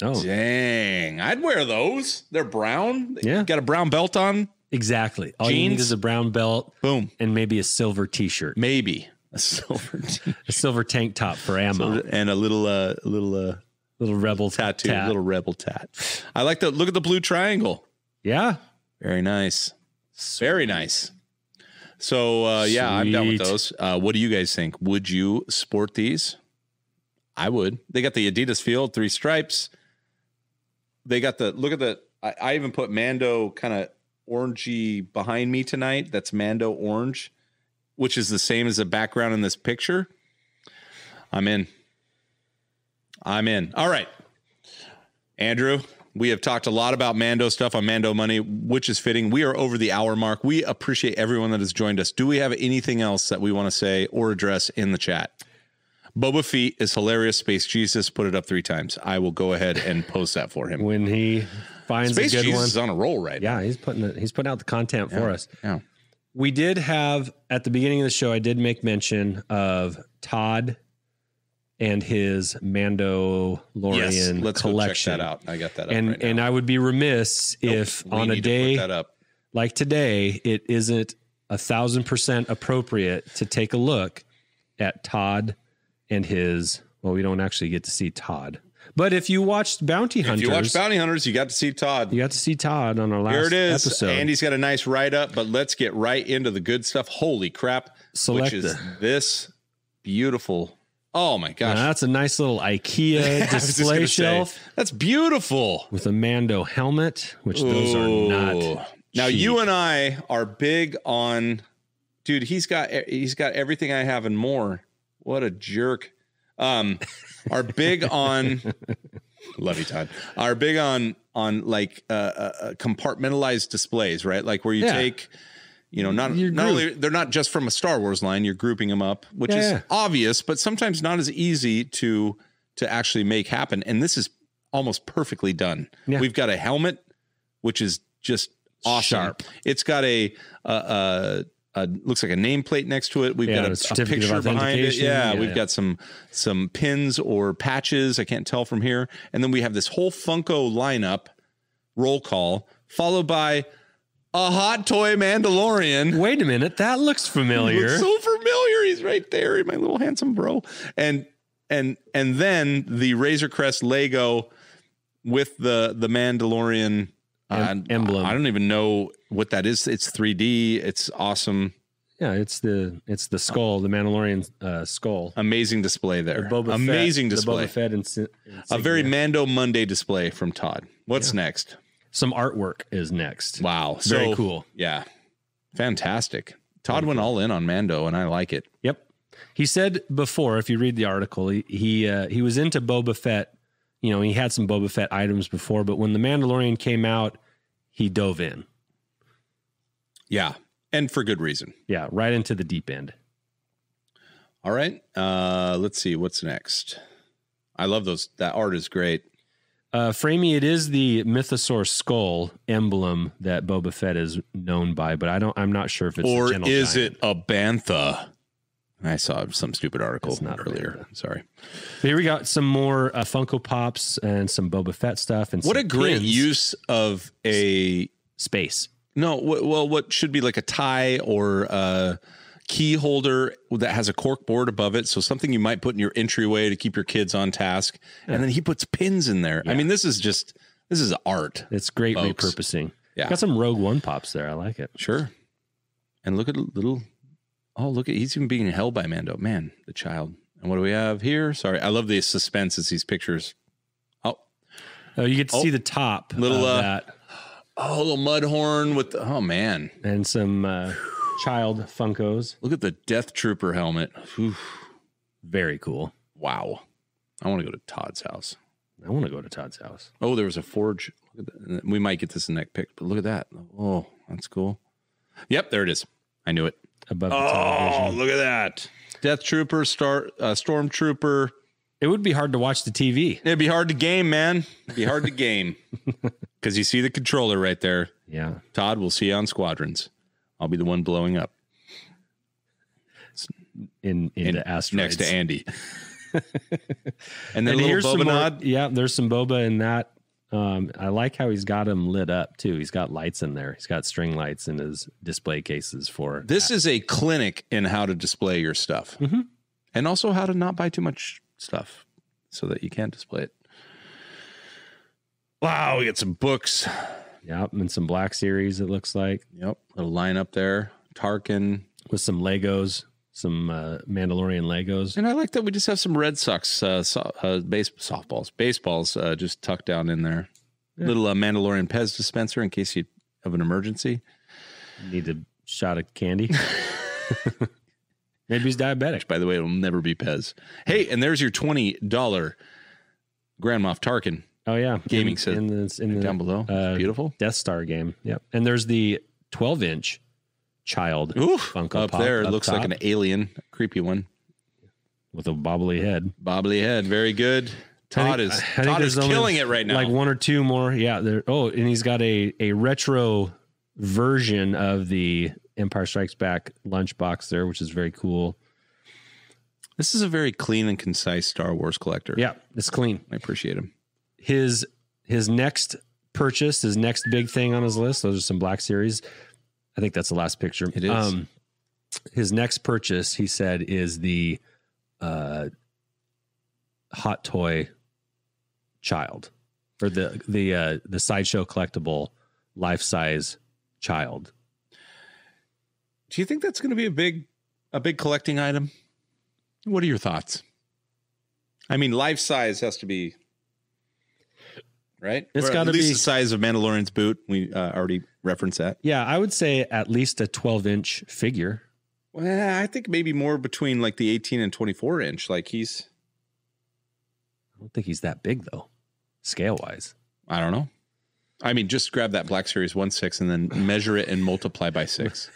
Speaker 2: Oh,
Speaker 1: Dang, I'd wear those. They're brown.
Speaker 2: Yeah.
Speaker 1: got a brown belt on.
Speaker 2: exactly. All you need
Speaker 1: Jeans?
Speaker 2: is a brown belt
Speaker 1: Boom.
Speaker 2: and maybe a silver T-shirt,
Speaker 1: Maybe a silver t-
Speaker 2: a silver tank top for ammo,
Speaker 1: silver- and a little uh, a little uh,
Speaker 2: little rebel
Speaker 1: tattoo,
Speaker 2: tat.
Speaker 1: little rebel tat. I like the look at the blue triangle.
Speaker 2: yeah.
Speaker 1: Very nice. Very nice. So uh, yeah, I'm down with
Speaker 2: Sweet.
Speaker 1: those. Uh, what do you guys think? Would you sport these? I would. They got the Adidas Field three stripes. They got the look at the. I, I even put Mando kind of orangey behind me tonight. That's Mando orange, which is the same as the background in this picture. I'm in. I'm in. All right. Andrew, we have talked a lot about Mando stuff on Mando Money, which is fitting. We are over the hour mark. We appreciate everyone that has joined us. Do we have anything else that we want to say or address in the chat? Boba Feet is hilarious. Space Jesus put it up three times. I will go ahead and post that for him.
Speaker 2: When he finds
Speaker 1: Space
Speaker 2: a good
Speaker 1: Jesus
Speaker 2: one,
Speaker 1: is on a roll right now.
Speaker 2: yeah, he's putting it, he's putting out the content for us.
Speaker 1: Yeah.
Speaker 2: We did have at the beginning of the show, I did make mention of Todd and his
Speaker 1: Yes,
Speaker 2: Mandalorian
Speaker 1: let's
Speaker 2: collection.
Speaker 1: go check that out. I got that up
Speaker 2: And
Speaker 1: right now.
Speaker 2: and I would be remiss if
Speaker 1: We
Speaker 2: on a
Speaker 1: need to put
Speaker 2: day
Speaker 1: that up.
Speaker 2: like today it isn't a thousand percent appropriate to take a look at Todd and his. Well, we don't actually get to see Todd, but if you watched Bounty
Speaker 1: If
Speaker 2: Hunters,
Speaker 1: you watch Bounty Hunters, you got to see Todd.
Speaker 2: you got to see Todd on our last
Speaker 1: Here it is.
Speaker 2: episode.
Speaker 1: Andy's got a nice write up, but let's get right into the good stuff. Holy crap.
Speaker 2: Select
Speaker 1: which is
Speaker 2: the-
Speaker 1: this beautiful. Oh my
Speaker 2: Now,
Speaker 1: gosh.
Speaker 2: that's a nice little IKEA
Speaker 1: I was just gonna
Speaker 2: display
Speaker 1: say,
Speaker 2: shelf
Speaker 1: that's beautiful.
Speaker 2: with a Mando helmet, which those
Speaker 1: Ooh.
Speaker 2: are not.
Speaker 1: Now
Speaker 2: cheap.
Speaker 1: you and I are big on dude, he's got he's got everything I have and more. What a jerk. Um are big on love you Todd. Are big on on like uh, uh uh, compartmentalized displays, right? Like where you
Speaker 2: Yeah.
Speaker 1: take you know, not
Speaker 2: Your
Speaker 1: not
Speaker 2: group.
Speaker 1: only they're not just from a Star Wars line, you're grouping them up, which
Speaker 2: Yeah,
Speaker 1: is
Speaker 2: yeah.
Speaker 1: obvious, but sometimes not as easy to to actually make happen. And this is almost perfectly done.
Speaker 2: Yeah.
Speaker 1: We've got a helmet, which is just awesome.
Speaker 2: Sharp.
Speaker 1: It's got a uh, uh, uh, looks like a nameplate next to it. We've
Speaker 2: Yeah,
Speaker 1: got
Speaker 2: a
Speaker 1: a- a,
Speaker 2: certificate of
Speaker 1: picture behind it.
Speaker 2: authentication.
Speaker 1: Yeah,
Speaker 2: Yeah,
Speaker 1: we've
Speaker 2: yeah.
Speaker 1: got some some pins or patches. I can't tell from here. And then we have this whole Funko lineup roll call, followed by a hot toy Mandalorian.
Speaker 2: Wait a minute, that looks familiar.
Speaker 1: Looks so familiar. He's right there, my little handsome bro. And and and then the Razor Crest Lego with the the Mandalorian uh,
Speaker 2: Em- emblem.
Speaker 1: I don't even know what that is. It's 3D. It's awesome.
Speaker 2: yeah, it's the it's the skull, the Mandalorian uh, skull.
Speaker 1: Amazing display there.
Speaker 2: The Boba Fett-
Speaker 1: Amazing
Speaker 2: the
Speaker 1: display.
Speaker 2: Boba Fett insi-
Speaker 1: A very
Speaker 2: insignia.
Speaker 1: Mando Monday display from Todd. What's next?
Speaker 2: some artwork is next.
Speaker 1: Wow. So,
Speaker 2: Very cool.
Speaker 1: Yeah. Fantastic. Todd went all in on Mando and I like it.
Speaker 2: Yep. He said before, if you read the article, he he, uh, he was into Boba Fett. You know, he had some Boba Fett items before, but when the Mandalorian came out, he dove in.
Speaker 1: Yeah. And for good reason.
Speaker 2: Yeah, right into the deep end.
Speaker 1: All right. Uh let's see what's next. I love those that art is great.
Speaker 2: Uh, Framey, it is the Mythosaur skull emblem that Boba Fett is known by, but I don't. I'm not sure if it's
Speaker 1: or
Speaker 2: the gentle
Speaker 1: is
Speaker 2: giant.
Speaker 1: it a bantha? I saw some stupid article
Speaker 2: It's not a
Speaker 1: earlier. Sorry.
Speaker 2: But here we got some more uh, Funko Pops and some Boba Fett stuff and
Speaker 1: What a
Speaker 2: some
Speaker 1: great
Speaker 2: pins.
Speaker 1: use of a
Speaker 2: space.
Speaker 1: No, w- well, what should be like a tie or a key holder that has a cork board above it. So something you might put in your entryway to keep your kids on task. And then he puts pins in there. I mean, this is just, this is art.
Speaker 2: It's great
Speaker 1: Folks.
Speaker 2: repurposing.
Speaker 1: Yeah.
Speaker 2: Got some Rogue One pops there. I like it.
Speaker 1: Sure. And look at little, oh, look at, he's even being held by Mando. Man, the child. And what do we have here? Sorry. I love the suspense as these pictures.
Speaker 2: Oh, you get to
Speaker 1: Oh.
Speaker 2: see the top
Speaker 1: Little,
Speaker 2: of
Speaker 1: uh,
Speaker 2: that
Speaker 1: Oh, little mud horn with, the, oh man,
Speaker 2: and some uh, child Funkos.
Speaker 1: look at the death trooper helmet. Whew.
Speaker 2: Very cool.
Speaker 1: Wow. I want to go to Todd's house.
Speaker 2: I want to go to Todd's house.
Speaker 1: Oh, there was a forge. Look at that. We might get this neck pick, but look at that. Oh, that's cool. Yep, there it is. I knew it.
Speaker 2: Above the television.
Speaker 1: Oh, look at that. Death Trooper, Star uh, Stormtrooper.
Speaker 2: It would be hard to watch the TV.
Speaker 1: It'd be hard to game, man. It'd be hard to game. Because you see the controller right there.
Speaker 2: Yeah.
Speaker 1: Todd, we'll see you on squadrons. I'll be the one blowing up
Speaker 2: In
Speaker 1: and
Speaker 2: into asteroids.
Speaker 1: next to Andy. and then
Speaker 2: And
Speaker 1: a
Speaker 2: here's
Speaker 1: little
Speaker 2: some more-
Speaker 1: Bobanod.
Speaker 2: yeah, there's some boba in that. Um, I like how he's got him lit up too. He's got lights in there. He's got string lights in his display cases for
Speaker 1: This is a clinic in how to display your stuff
Speaker 2: Mhm.
Speaker 1: and also how to not buy too much stuff so that you can't display it. Wow, we get some books.
Speaker 2: yeah, and some black series. It looks like
Speaker 1: Yep, little line up there. Tarkin.
Speaker 2: with some Legos, some uh, Mandalorian Legos.
Speaker 1: And I like that we just have some Red Sox uh, so, uh, base, softballs, baseballs uh, just tucked down in there.
Speaker 2: Yeah.
Speaker 1: Little uh, Mandalorian Pez dispenser in case you have an emergency.
Speaker 2: Need a shot of candy. Maybe he's diabetic.
Speaker 1: Which, by the way, it'll never be Pez. Hey, and there's your twenty dollar Grand Moff Tarkin
Speaker 2: Oh yeah,
Speaker 1: Gaming
Speaker 2: in,
Speaker 1: set.
Speaker 2: in the, in
Speaker 1: down
Speaker 2: the
Speaker 1: below.
Speaker 2: uh,
Speaker 1: it's beautiful.
Speaker 2: Death Star game. Yep, and there's the 12 inch child
Speaker 1: Ooh,
Speaker 2: Funko
Speaker 1: up
Speaker 2: Pop
Speaker 1: there, it
Speaker 2: up
Speaker 1: looks like
Speaker 2: top.
Speaker 1: an alien, creepy one.
Speaker 2: with a bobbly head.
Speaker 1: Bobbly head, very good. Todd
Speaker 2: I think-
Speaker 1: is
Speaker 2: I think
Speaker 1: Todd is
Speaker 2: there's only
Speaker 1: killing it right now.
Speaker 2: Like one or two more. Yeah. There. Oh, and he's got a a retro version of the Empire Strikes Back lunchbox there, which is very cool.
Speaker 1: this is a very clean and concise Star Wars collector.
Speaker 2: Yeah, it's clean.
Speaker 1: I appreciate him.
Speaker 2: His his next purchase, his next big thing on his list. Those are some Black Series. I think that's the last picture. Um,
Speaker 1: It is.
Speaker 2: his next purchase, he said, is the uh, hot toy child or the the uh, the sideshow collectible life size child.
Speaker 1: Do you think that's going to be a big a big collecting item? What are your thoughts? I mean, life size has to be right.
Speaker 2: It's
Speaker 1: Or at
Speaker 2: gotta
Speaker 1: least
Speaker 2: be-
Speaker 1: the size of Mandalorian's boot. We uh, already referenced that.
Speaker 2: Yeah, I would say at least a twelve inch figure.
Speaker 1: Well, I think maybe more between like the 18 and 24 inch. Like he's,
Speaker 2: I don't think he's that big though, scale wise.
Speaker 1: I don't know. I mean, just grab that Black Series 1 6 and then measure it and multiply by six.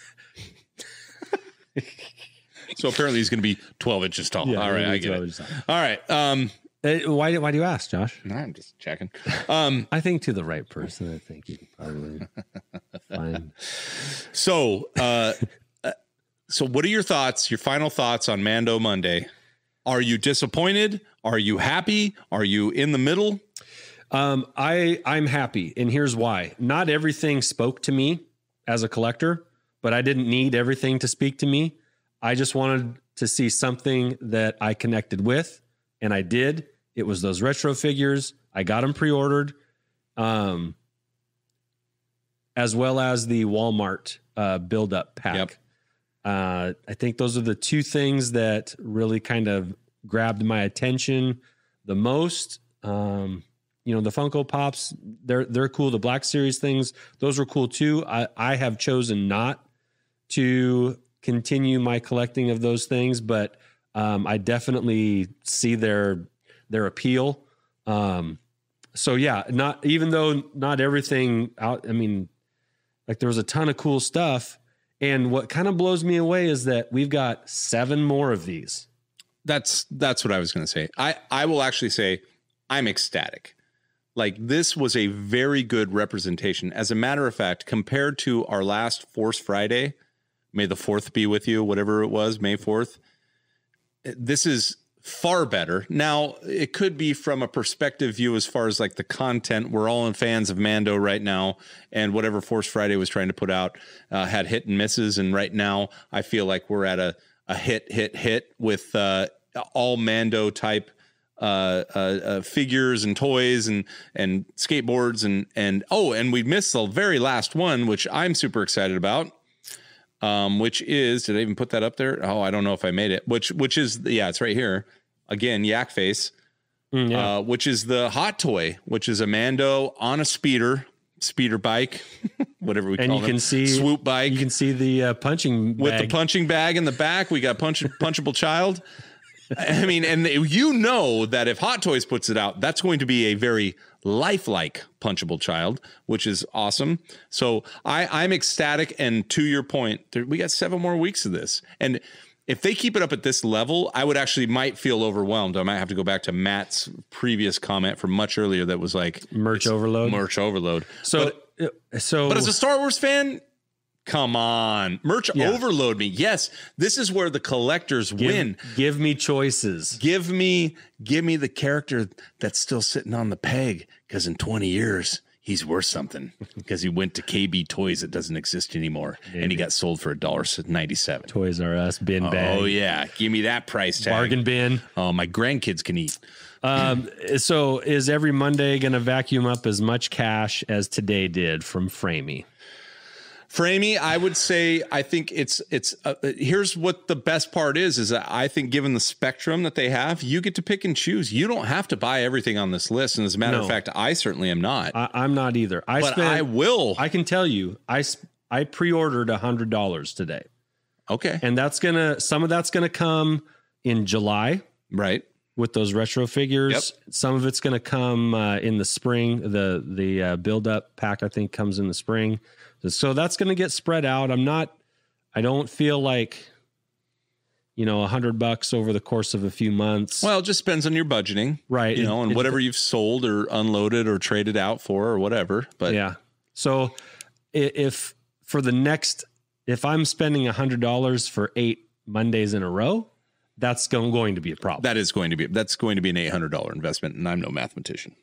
Speaker 1: so apparently he's going to be 12 inches tall. Oh, All right, I get it. All right. Um,
Speaker 2: Uh, Why why do you ask, Josh?
Speaker 1: no, I'm just checking. Um,
Speaker 2: I think to the right person, I think you could probably find.
Speaker 1: so, uh, uh, so what are your thoughts, your final thoughts on Mando Monday? Are you disappointed? Are you happy? Are you in the middle?
Speaker 2: Um, I I'm happy, and here's why. Not everything spoke to me as a collector, but I didn't need everything to speak to me. I just wanted to see something that I connected with, and I did. It was those retro figures. I got them pre-ordered, um, as well as the Walmart uh, build-up pack.
Speaker 1: Yep.
Speaker 2: Uh, I think those are the two things that really kind of grabbed my attention the most. Um, you know the Funko Pops, they're they're cool. The Black Series things, those were cool too. I I have chosen not to continue my collecting of those things, but um, I definitely see their their appeal. Um, so yeah, not even though not everything out. I mean, like there was a ton of cool stuff, and what kind of blows me away is that we've got seven more of these.
Speaker 1: that's that's what I was going to say. I I will actually say I'm ecstatic. Like this was a very good representation. As a matter of fact, compared to our last Force Friday, May the Fourth be with you, whatever it was, May Fourth. This is far better. Now it could be from a perspective view as far as like the content. We're all in fans of Mando right now, and whatever Force Friday was trying to put out uh, had hit and misses. And right now, I feel like we're at a a hit, hit, hit with uh, all Mando type uh, uh, uh, figures and toys and and skateboards and and oh, and we missed the very last one, which I'm super excited about. Um, which is did I even put that up there? Oh, I don't know if I made it. Which which is yeah, it's right here. Again, Yak Face uh, which is the hot toy, which is a Mando on a speeder, speeder bike, whatever we
Speaker 2: And
Speaker 1: call
Speaker 2: you
Speaker 1: them,
Speaker 2: can see- uh,
Speaker 1: swoop
Speaker 2: you
Speaker 1: bike I mean, and you know that if Hot Toys puts it out, that's going to be a very lifelike punchable child, which is awesome. So I, I'm ecstatic. And to your point, there, we got seven more weeks of this. And if they keep it up at this level, I would actually might feel overwhelmed. I might have to go back to Matt's previous comment from much earlier that was like
Speaker 2: Merch
Speaker 1: it's
Speaker 2: overload.
Speaker 1: merch overload.
Speaker 2: so, uh, so
Speaker 1: But as a Star Wars fan, come on, merch
Speaker 2: Yeah.
Speaker 1: overload me. Yes, this is where the collectors
Speaker 2: give,
Speaker 1: win.
Speaker 2: give me choices.
Speaker 1: Give me, give me the character that's still sitting on the peg, because in twenty years he's worth something. Because he went to KB Toys that doesn't exist anymore, and he got sold for a dollar ninety-seven.
Speaker 2: Toys R Us bin bag,
Speaker 1: Oh yeah, give me that price tag.
Speaker 2: bargain bin.
Speaker 1: Oh, my grandkids can eat.
Speaker 2: Um, so is every Monday going to vacuum up as much cash as today did from Framey?
Speaker 1: Framey, I would say I think it's it's uh, uh, here's what the best part is is that I think given the spectrum that they have, you get to pick and choose. You don't have to buy everything on this list, and as a matter of
Speaker 2: No.
Speaker 1: fact, I certainly am not.
Speaker 2: I, I'm not either. I
Speaker 1: but I
Speaker 2: spent.
Speaker 1: will.
Speaker 2: I, can tell you, I sp- I pre-ordered a hundred dollars today,
Speaker 1: okay,
Speaker 2: and that's gonna some of that's gonna come in July
Speaker 1: right.
Speaker 2: with those retro figures. Some of it's gonna come uh, in the spring. The the uh, build up pack I think comes in the spring, so that's gonna get spread out. I'm not. I don't feel like. You know, a hundred bucks over the course of a few months.
Speaker 1: Well, it just depends on your budgeting,
Speaker 2: right
Speaker 1: you know, and
Speaker 2: It- it-
Speaker 1: whatever you've sold or unloaded or traded out for or whatever. But
Speaker 2: yeah so i- if for the next if i'm spending a hundred dollars for eight mondays in a row that's go- going to be a problem
Speaker 1: that is going to be that's going to be an eight hundred dollar investment, and I'm no mathematician.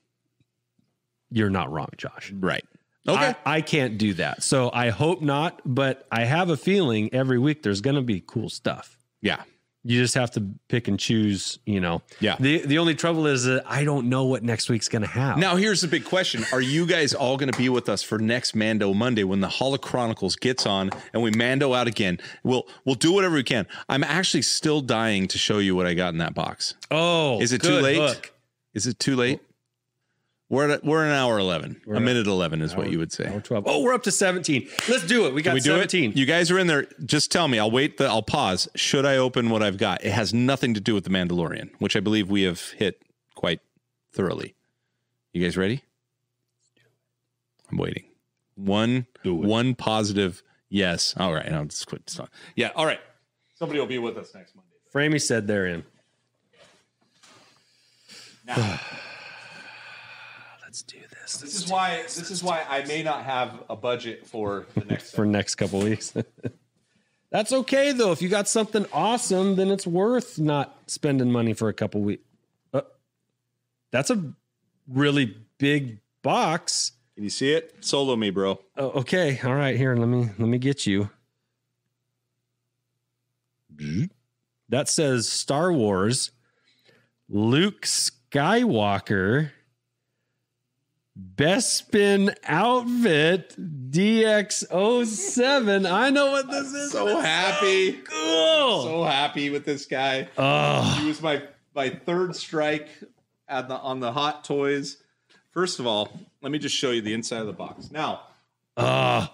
Speaker 2: you're not wrong josh
Speaker 1: Right. Okay.
Speaker 2: I, I can't do that so i hope not but i have a feeling every week there's going to be cool stuff
Speaker 1: yeah.
Speaker 2: you just have to pick and choose you know
Speaker 1: Yeah.
Speaker 2: the the only trouble is that i don't know what next week's going to have
Speaker 1: Now here's the big question: Are you guys all going to be with us for next Mando Monday when the Holo Chronicles gets on and we Mando out again? We'll we'll do whatever we can. I'm actually still dying to show you what I got in that box.
Speaker 2: oh
Speaker 1: Is it too
Speaker 2: good
Speaker 1: late?
Speaker 2: hook.
Speaker 1: Is it too late? We're at we're an hour 11
Speaker 2: We're
Speaker 1: a
Speaker 2: at-
Speaker 1: minute eleven is what
Speaker 2: hour-
Speaker 1: you would say.
Speaker 2: Hour 12. oh we're up to 17 let's do it we got
Speaker 1: Can we do
Speaker 2: 17
Speaker 1: it? You guys are in there. Just tell me. I'll wait. The, I'll pause. Should I open what I've got? It has nothing to do with the Mandalorian, which I believe we have hit quite thoroughly. You guys ready? I'm waiting. One, one positive yes. All right. I'll just quit. Song. Yeah. All right. Somebody will be with us next Monday.
Speaker 2: Framey said they're in. Let's do this
Speaker 1: This is why. This is why I may not have a budget for the next.
Speaker 2: for next couple weeks. That's okay though. If you got something awesome, then it's worth not spending money for a couple weeks. that's a really big box.
Speaker 1: Can you see it? Solo me, bro.
Speaker 2: Oh, okay, all right. Here, let me let me get you. That says Star Wars, Luke Skywalker, Bespin outfit DX07. I know what this is.
Speaker 1: So happy.
Speaker 2: cool.
Speaker 1: So happy with this guy.
Speaker 2: Oh,
Speaker 1: He was my my third strike at the on the hot toys. First of all, let me just show you the inside of the box. Now,
Speaker 2: oh.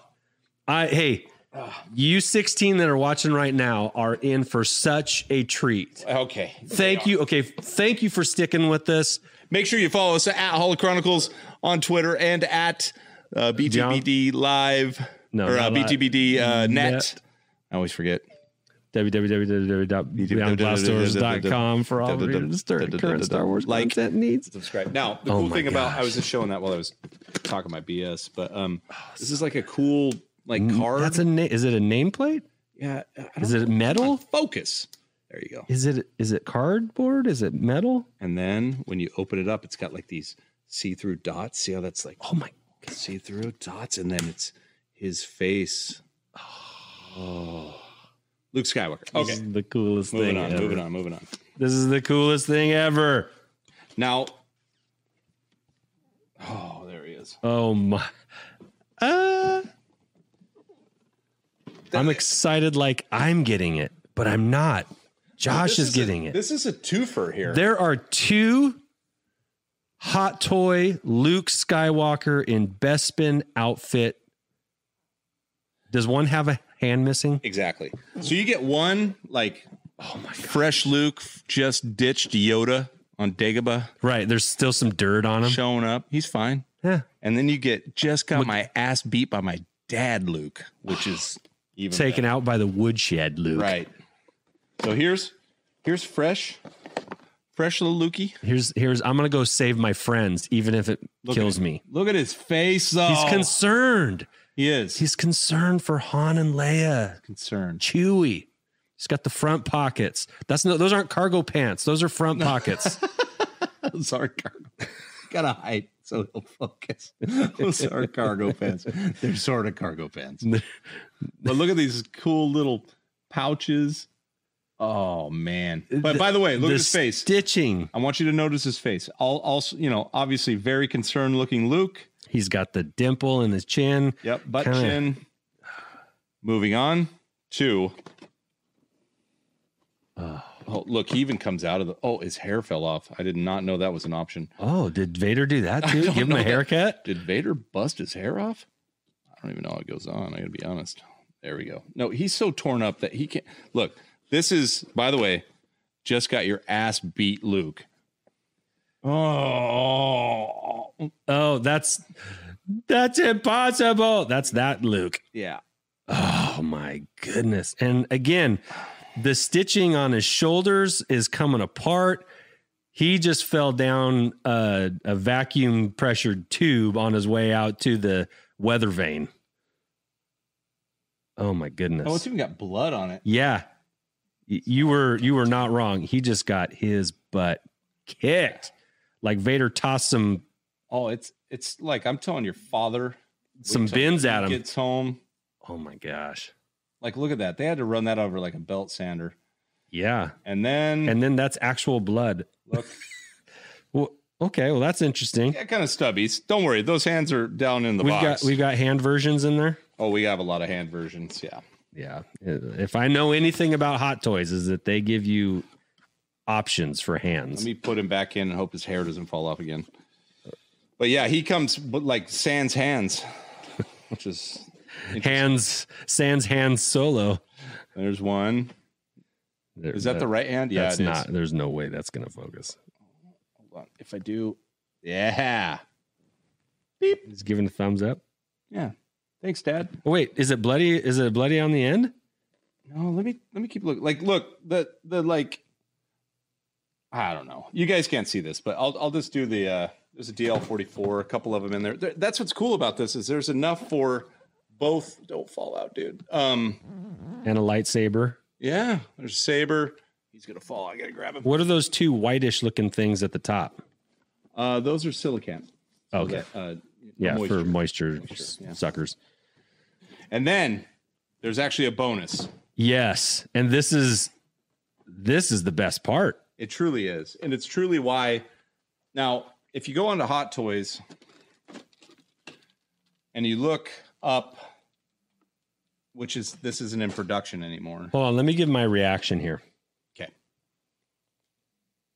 Speaker 2: I hey,
Speaker 1: Ah.
Speaker 2: you 16 that are watching right now are in for such a treat.
Speaker 1: okay.
Speaker 2: Thank you. Okay, thank you for sticking with this.
Speaker 1: Make sure you follow us at Holo Chronicles on Twitter and at uh, BTBD Live
Speaker 2: No,
Speaker 1: or uh,
Speaker 2: not live.
Speaker 1: BTBD uh, net.
Speaker 2: Net.
Speaker 1: I always forget.
Speaker 2: www.beyondblastdoors.com for all of your disturbed current Star Wars
Speaker 1: Like-
Speaker 2: content needs.
Speaker 1: Subscribe. Now, the
Speaker 2: Oh
Speaker 1: cool
Speaker 2: my
Speaker 1: thing about I
Speaker 2: gosh. Oh,
Speaker 1: was just showing that while I was talking my BS, but um, this is like a cool like card.
Speaker 2: Mm, That's a na- is it a nameplate?
Speaker 1: yeah. I don't
Speaker 2: Is it metal?
Speaker 1: focus. There you go.
Speaker 2: Is it is it cardboard? Is it metal?
Speaker 1: And then when you open it up, it's got like these see-through dots. See how that's like
Speaker 2: Oh my!
Speaker 1: see-through dots, and then it's his face. Oh, Luke Skywalker.
Speaker 2: This
Speaker 1: Okay,
Speaker 2: is the coolest
Speaker 1: moving
Speaker 2: thing.
Speaker 1: on,
Speaker 2: ever.
Speaker 1: moving on, moving on.
Speaker 2: This is the coolest thing ever.
Speaker 1: Now, oh, there he is.
Speaker 2: Oh my! Uh, I'm excited. Like I'm getting it, but I'm not. Josh
Speaker 1: This
Speaker 2: is getting
Speaker 1: a,
Speaker 2: it.
Speaker 1: This is a twofer here.
Speaker 2: There are two hot toy Luke Skywalker in Bespin outfit. Does one have a hand missing?
Speaker 1: exactly. So you get one like
Speaker 2: Oh my god!
Speaker 1: Fresh Luke just ditched Yoda on Dagobah,
Speaker 2: Right, there's still some dirt on him.
Speaker 1: showing up. He's fine.
Speaker 2: Yeah.
Speaker 1: And then you get just got my ass beat by my dad, Luke, which is even
Speaker 2: Taken out by the woodshed, Luke.
Speaker 1: Right. So here's here's fresh, fresh little Lukey.
Speaker 2: Here's here's. I'm gonna go save my friends, even if it
Speaker 1: at
Speaker 2: kills
Speaker 1: him. Oh.
Speaker 2: me.
Speaker 1: Look at his face. though.
Speaker 2: He's concerned.
Speaker 1: he is.
Speaker 2: He's concerned for Han and Leia.
Speaker 1: concerned.
Speaker 2: Chewy. He's got the front pockets. That's no. Those aren't cargo pants. Those are front pockets.
Speaker 1: Sorry, cargo. Gotta hide so he'll focus. Those are cargo pants. They're sort of cargo pants. But look at these cool little pouches. Oh man! But by the way, look
Speaker 2: The
Speaker 1: at his face.
Speaker 2: Stitching.
Speaker 1: I want you to notice his face. Al- Also, you know, obviously very concerned looking Luke.
Speaker 2: He's got the dimple in his chin.
Speaker 1: Yep, butt
Speaker 2: Kinda-
Speaker 1: chin. Moving on to. Oh, look, he even comes out of the. Oh, his hair fell off. I did not know that was an option.
Speaker 2: Oh, did Vader do that
Speaker 1: I
Speaker 2: too?
Speaker 1: don't
Speaker 2: Give him
Speaker 1: know
Speaker 2: a
Speaker 1: that.
Speaker 2: haircut.
Speaker 1: Did Vader bust his hair off? I don't even know how it goes on. I gotta be honest. There we go. No, he's so torn up that he can't. Look, this is, by the way, just got your ass beat, Luke. Oh,
Speaker 2: Oh, that's that's impossible. That's that Luke.
Speaker 1: yeah.
Speaker 2: Oh my goodness. And again, the stitching on his shoulders is coming apart. He just fell down a, a vacuum pressured tube on his way out to the weather vane. Oh my goodness.
Speaker 1: Oh, it's even got blood on it.
Speaker 2: yeah. Y- You were you were not wrong. He just got his butt kicked. Like Vader tossed some
Speaker 1: Oh, it's it's like I'm telling your father
Speaker 2: some
Speaker 1: Wait till
Speaker 2: bins
Speaker 1: he
Speaker 2: at him.
Speaker 1: Gets home.
Speaker 2: Oh my gosh.
Speaker 1: Like, look at that. They had to run that over like a belt sander.
Speaker 2: Yeah.
Speaker 1: And then
Speaker 2: And then that's actual blood.
Speaker 1: look,
Speaker 2: Well, okay, well that's interesting.
Speaker 1: yeah, kind of stubbies. Don't worry, those hands are down in the
Speaker 2: we've
Speaker 1: box.
Speaker 2: got we've got hand versions in there.
Speaker 1: oh, we have a lot of hand versions. Yeah.
Speaker 2: Yeah. If I know anything about hot toys is that they give you options for
Speaker 1: Let
Speaker 2: hands.
Speaker 1: me put him back in and hope his hair doesn't fall off again. But yeah, he comes but like sans hands, which is
Speaker 2: Hands sans hands solo.
Speaker 1: there's one.
Speaker 2: There-
Speaker 1: Is that the right hand? Yeah,
Speaker 2: That's
Speaker 1: it is.
Speaker 2: not. There's no way that's going to focus.
Speaker 1: Hold on. If I do, yeah,
Speaker 2: He's giving a thumbs up.
Speaker 1: yeah. Thanks, Dad.
Speaker 2: Oh, wait, is it bloody? Is it bloody on the end?
Speaker 1: No, let me let me keep looking. Like, look, the the like I don't know. You guys can't see this, but I'll I'll just do the uh there's a DL44, a couple of them in there. There- That's what's cool about this is there's enough for both don't fall out, dude. Um
Speaker 2: And a lightsaber.
Speaker 1: yeah, there's Saber. He's gonna fall. I gotta grab him.
Speaker 2: What are those two whitish looking things at the top?
Speaker 1: Uh those are silicon.
Speaker 2: Okay.
Speaker 1: Uh
Speaker 2: Oh, Yeah, for moisture,
Speaker 1: Moisture, yeah.
Speaker 2: suckers.
Speaker 1: and then there's actually a bonus.
Speaker 2: Yes, and this is this is the best part.
Speaker 1: It truly is. And it's truly why. Now, if you go onto Hot Toys and you look up, which is this isn't in production anymore.
Speaker 2: Hold on, let me give my reaction here.
Speaker 1: Okay.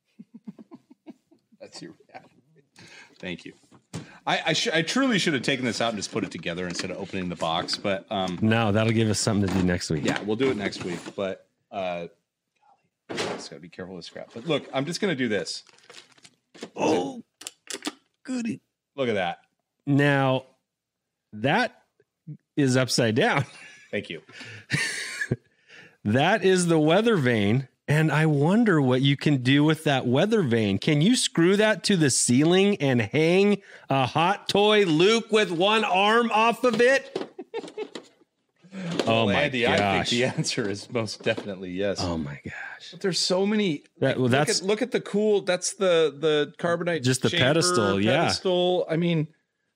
Speaker 1: That's your reaction. Thank you. I, I, sh- I truly should have taken this out and just put it together instead of opening the box. But um,
Speaker 2: No, that'll give us something to do next week.
Speaker 1: yeah, we'll do it next week. But uh, golly, just gotta be careful with scrap. But look, I'm just gonna do this.
Speaker 2: Oh, goody.
Speaker 1: Look at that.
Speaker 2: Now that is upside down.
Speaker 1: Thank you.
Speaker 2: That is the weather vane, and I wonder what you can do with that weather vane. Can you screw that to the ceiling and hang a hot toy Luke with one arm off of it? oh my
Speaker 1: Andy, I think
Speaker 2: gosh!
Speaker 1: the answer is most definitely yes.
Speaker 2: Oh my gosh!
Speaker 1: But there's so many.
Speaker 2: That- well,
Speaker 1: look
Speaker 2: that's-
Speaker 1: at, look at the cool. That's the the carbonite.
Speaker 2: Just the pedestal, yeah.
Speaker 1: Pedestal. I mean,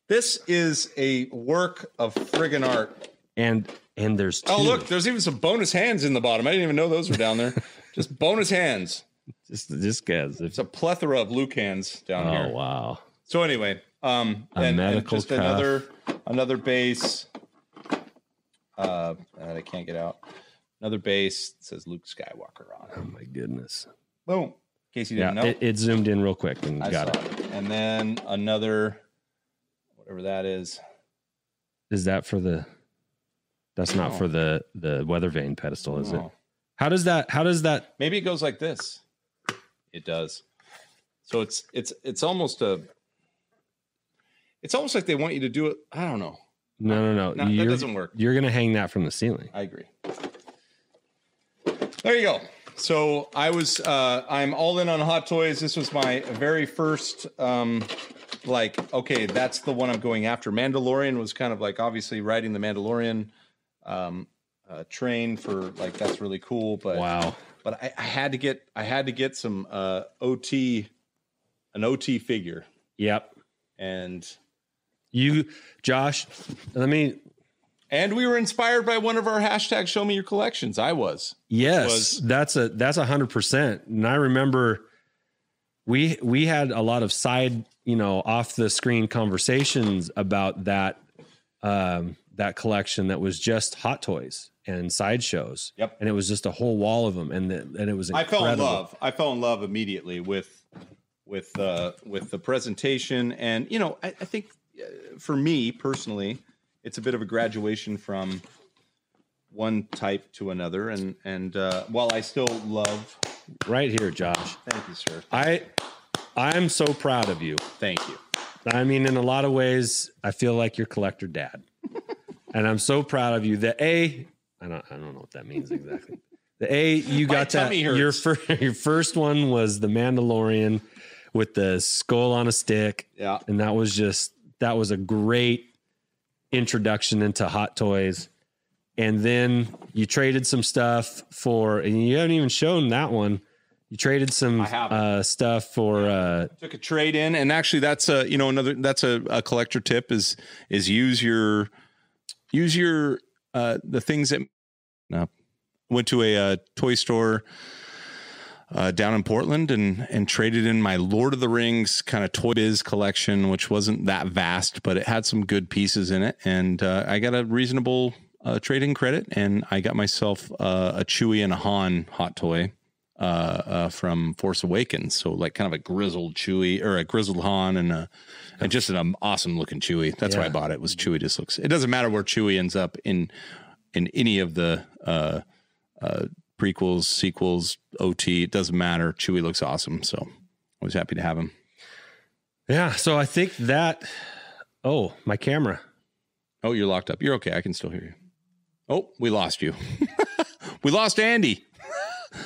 Speaker 1: this is a work of friggin' art.
Speaker 2: And and there's two.
Speaker 1: Oh, look, there's even some bonus hands in the bottom. I didn't even know those were down there. Just bonus hands.
Speaker 2: just just guys.
Speaker 1: It's a plethora of Luke hands down
Speaker 2: oh
Speaker 1: here.
Speaker 2: wow!
Speaker 1: So anyway, um,
Speaker 2: A
Speaker 1: and, and
Speaker 2: medical
Speaker 1: just
Speaker 2: cuff.
Speaker 1: another another base. Uh, that I can't get out. Another base that says Luke Skywalker on it.
Speaker 2: Oh my goodness!
Speaker 1: Boom. In case you
Speaker 2: Yeah,
Speaker 1: didn't know,
Speaker 2: it, it zoomed in real quick and
Speaker 1: I
Speaker 2: got it.
Speaker 1: saw it. And then another, whatever that is.
Speaker 2: Is that for the? That's not
Speaker 1: No.
Speaker 2: for the the weather vane pedestal, is it?
Speaker 1: Oh,
Speaker 2: How does that? How does that?
Speaker 1: Maybe it goes like this. It does. So it's it's it's almost a. It's almost like they want you to do it. I don't know.
Speaker 2: No, no, no.
Speaker 1: No,
Speaker 2: you're,
Speaker 1: that doesn't work.
Speaker 2: You're gonna hang that from the ceiling.
Speaker 1: I agree. There you go. So I was uh, I'm all in on hot toys. This was my very first um, like okay, that's the one I'm going after. Mandalorian was kind of like obviously riding the Mandalorian um, uh, train for like that's really cool, but
Speaker 2: Wow.
Speaker 1: but I, I had to get I had to get some uh, OT an OT figure
Speaker 2: Yep.
Speaker 1: and
Speaker 2: You, Josh. Let me.
Speaker 1: and we were inspired by one of our hashtag show me your collections. I was.
Speaker 2: Yes,
Speaker 1: Was-
Speaker 2: that's a that's a hundred percent. And I remember we we had a lot of side you know off the screen conversations about that um, that collection that was just hot toys and sideshows.
Speaker 1: Yep.
Speaker 2: and it was just a whole wall of them, and the, and it was
Speaker 1: I
Speaker 2: incredible.
Speaker 1: fell in love. I fell in love immediately with with uh, with the presentation, and you know, I, I think uh, for me personally, it's a bit of a graduation from one type to another, and and uh, while I still love,
Speaker 2: Right here, Josh.
Speaker 1: thank you, sir,
Speaker 2: I I'm so proud of you.
Speaker 1: thank you.
Speaker 2: I mean, in a lot of ways, I feel like your collector dad, and I'm so proud of you. That a, I don't, I don't know what that means exactly. The a, you
Speaker 1: My
Speaker 2: got that.
Speaker 1: tummy
Speaker 2: Your
Speaker 1: hurts.
Speaker 2: first, your first one was the Mandalorian with the skull on a stick,
Speaker 1: Yeah,
Speaker 2: and that was just that was a great introduction into hot toys. And then you traded some stuff for, and you haven't even shown that one. You traded some
Speaker 1: I haven't.
Speaker 2: uh, stuff for uh,
Speaker 1: took a trade in, and actually, that's a you know another that's a, a collector tip is is use your use your uh, the things that no. went to a uh, toy store uh, down in Portland and and traded in my Lord of the Rings kind of toy biz collection, which wasn't that vast, but it had some good pieces in it, and uh, I got a reasonable uh, trading credit, and I got myself uh, a Chewie and a Han hot toy. Uh, uh, from Force Awakens, so like kind of a grizzled Chewie or a grizzled Han and a, and just an um, awesome looking Chewie. That's why I
Speaker 2: Yeah.
Speaker 1: bought it. Was Chewie just looks? It doesn't matter where Chewie ends up in in any of the uh, uh, prequels, sequels, OT. It doesn't matter. Chewie looks awesome, so I was happy to have him.
Speaker 2: Yeah, so I think that oh, my camera.
Speaker 1: Oh, you're locked up. You're okay. I can still hear you. Oh, we lost you. we lost Andy.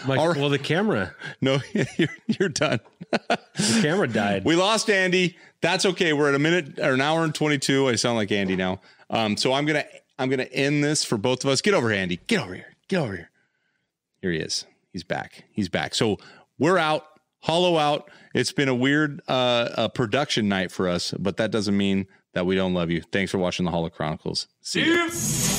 Speaker 2: My,
Speaker 1: All right.
Speaker 2: well the camera.
Speaker 1: No, you're you're done.
Speaker 2: The camera died.
Speaker 1: We lost Andy. That's okay. We're at a minute or an hour and 22. I sound like Andy now. Um, so I'm gonna I'm gonna end this for both of us. Get over here, Andy. Get over here. Get over here. Here he is. He's back. He's back. So we're out. Hollow out. It's been a weird uh, uh, production night for us, but that doesn't mean that we don't love you. Thanks for watching the Hollow Chronicles. See you.
Speaker 5: Cheers.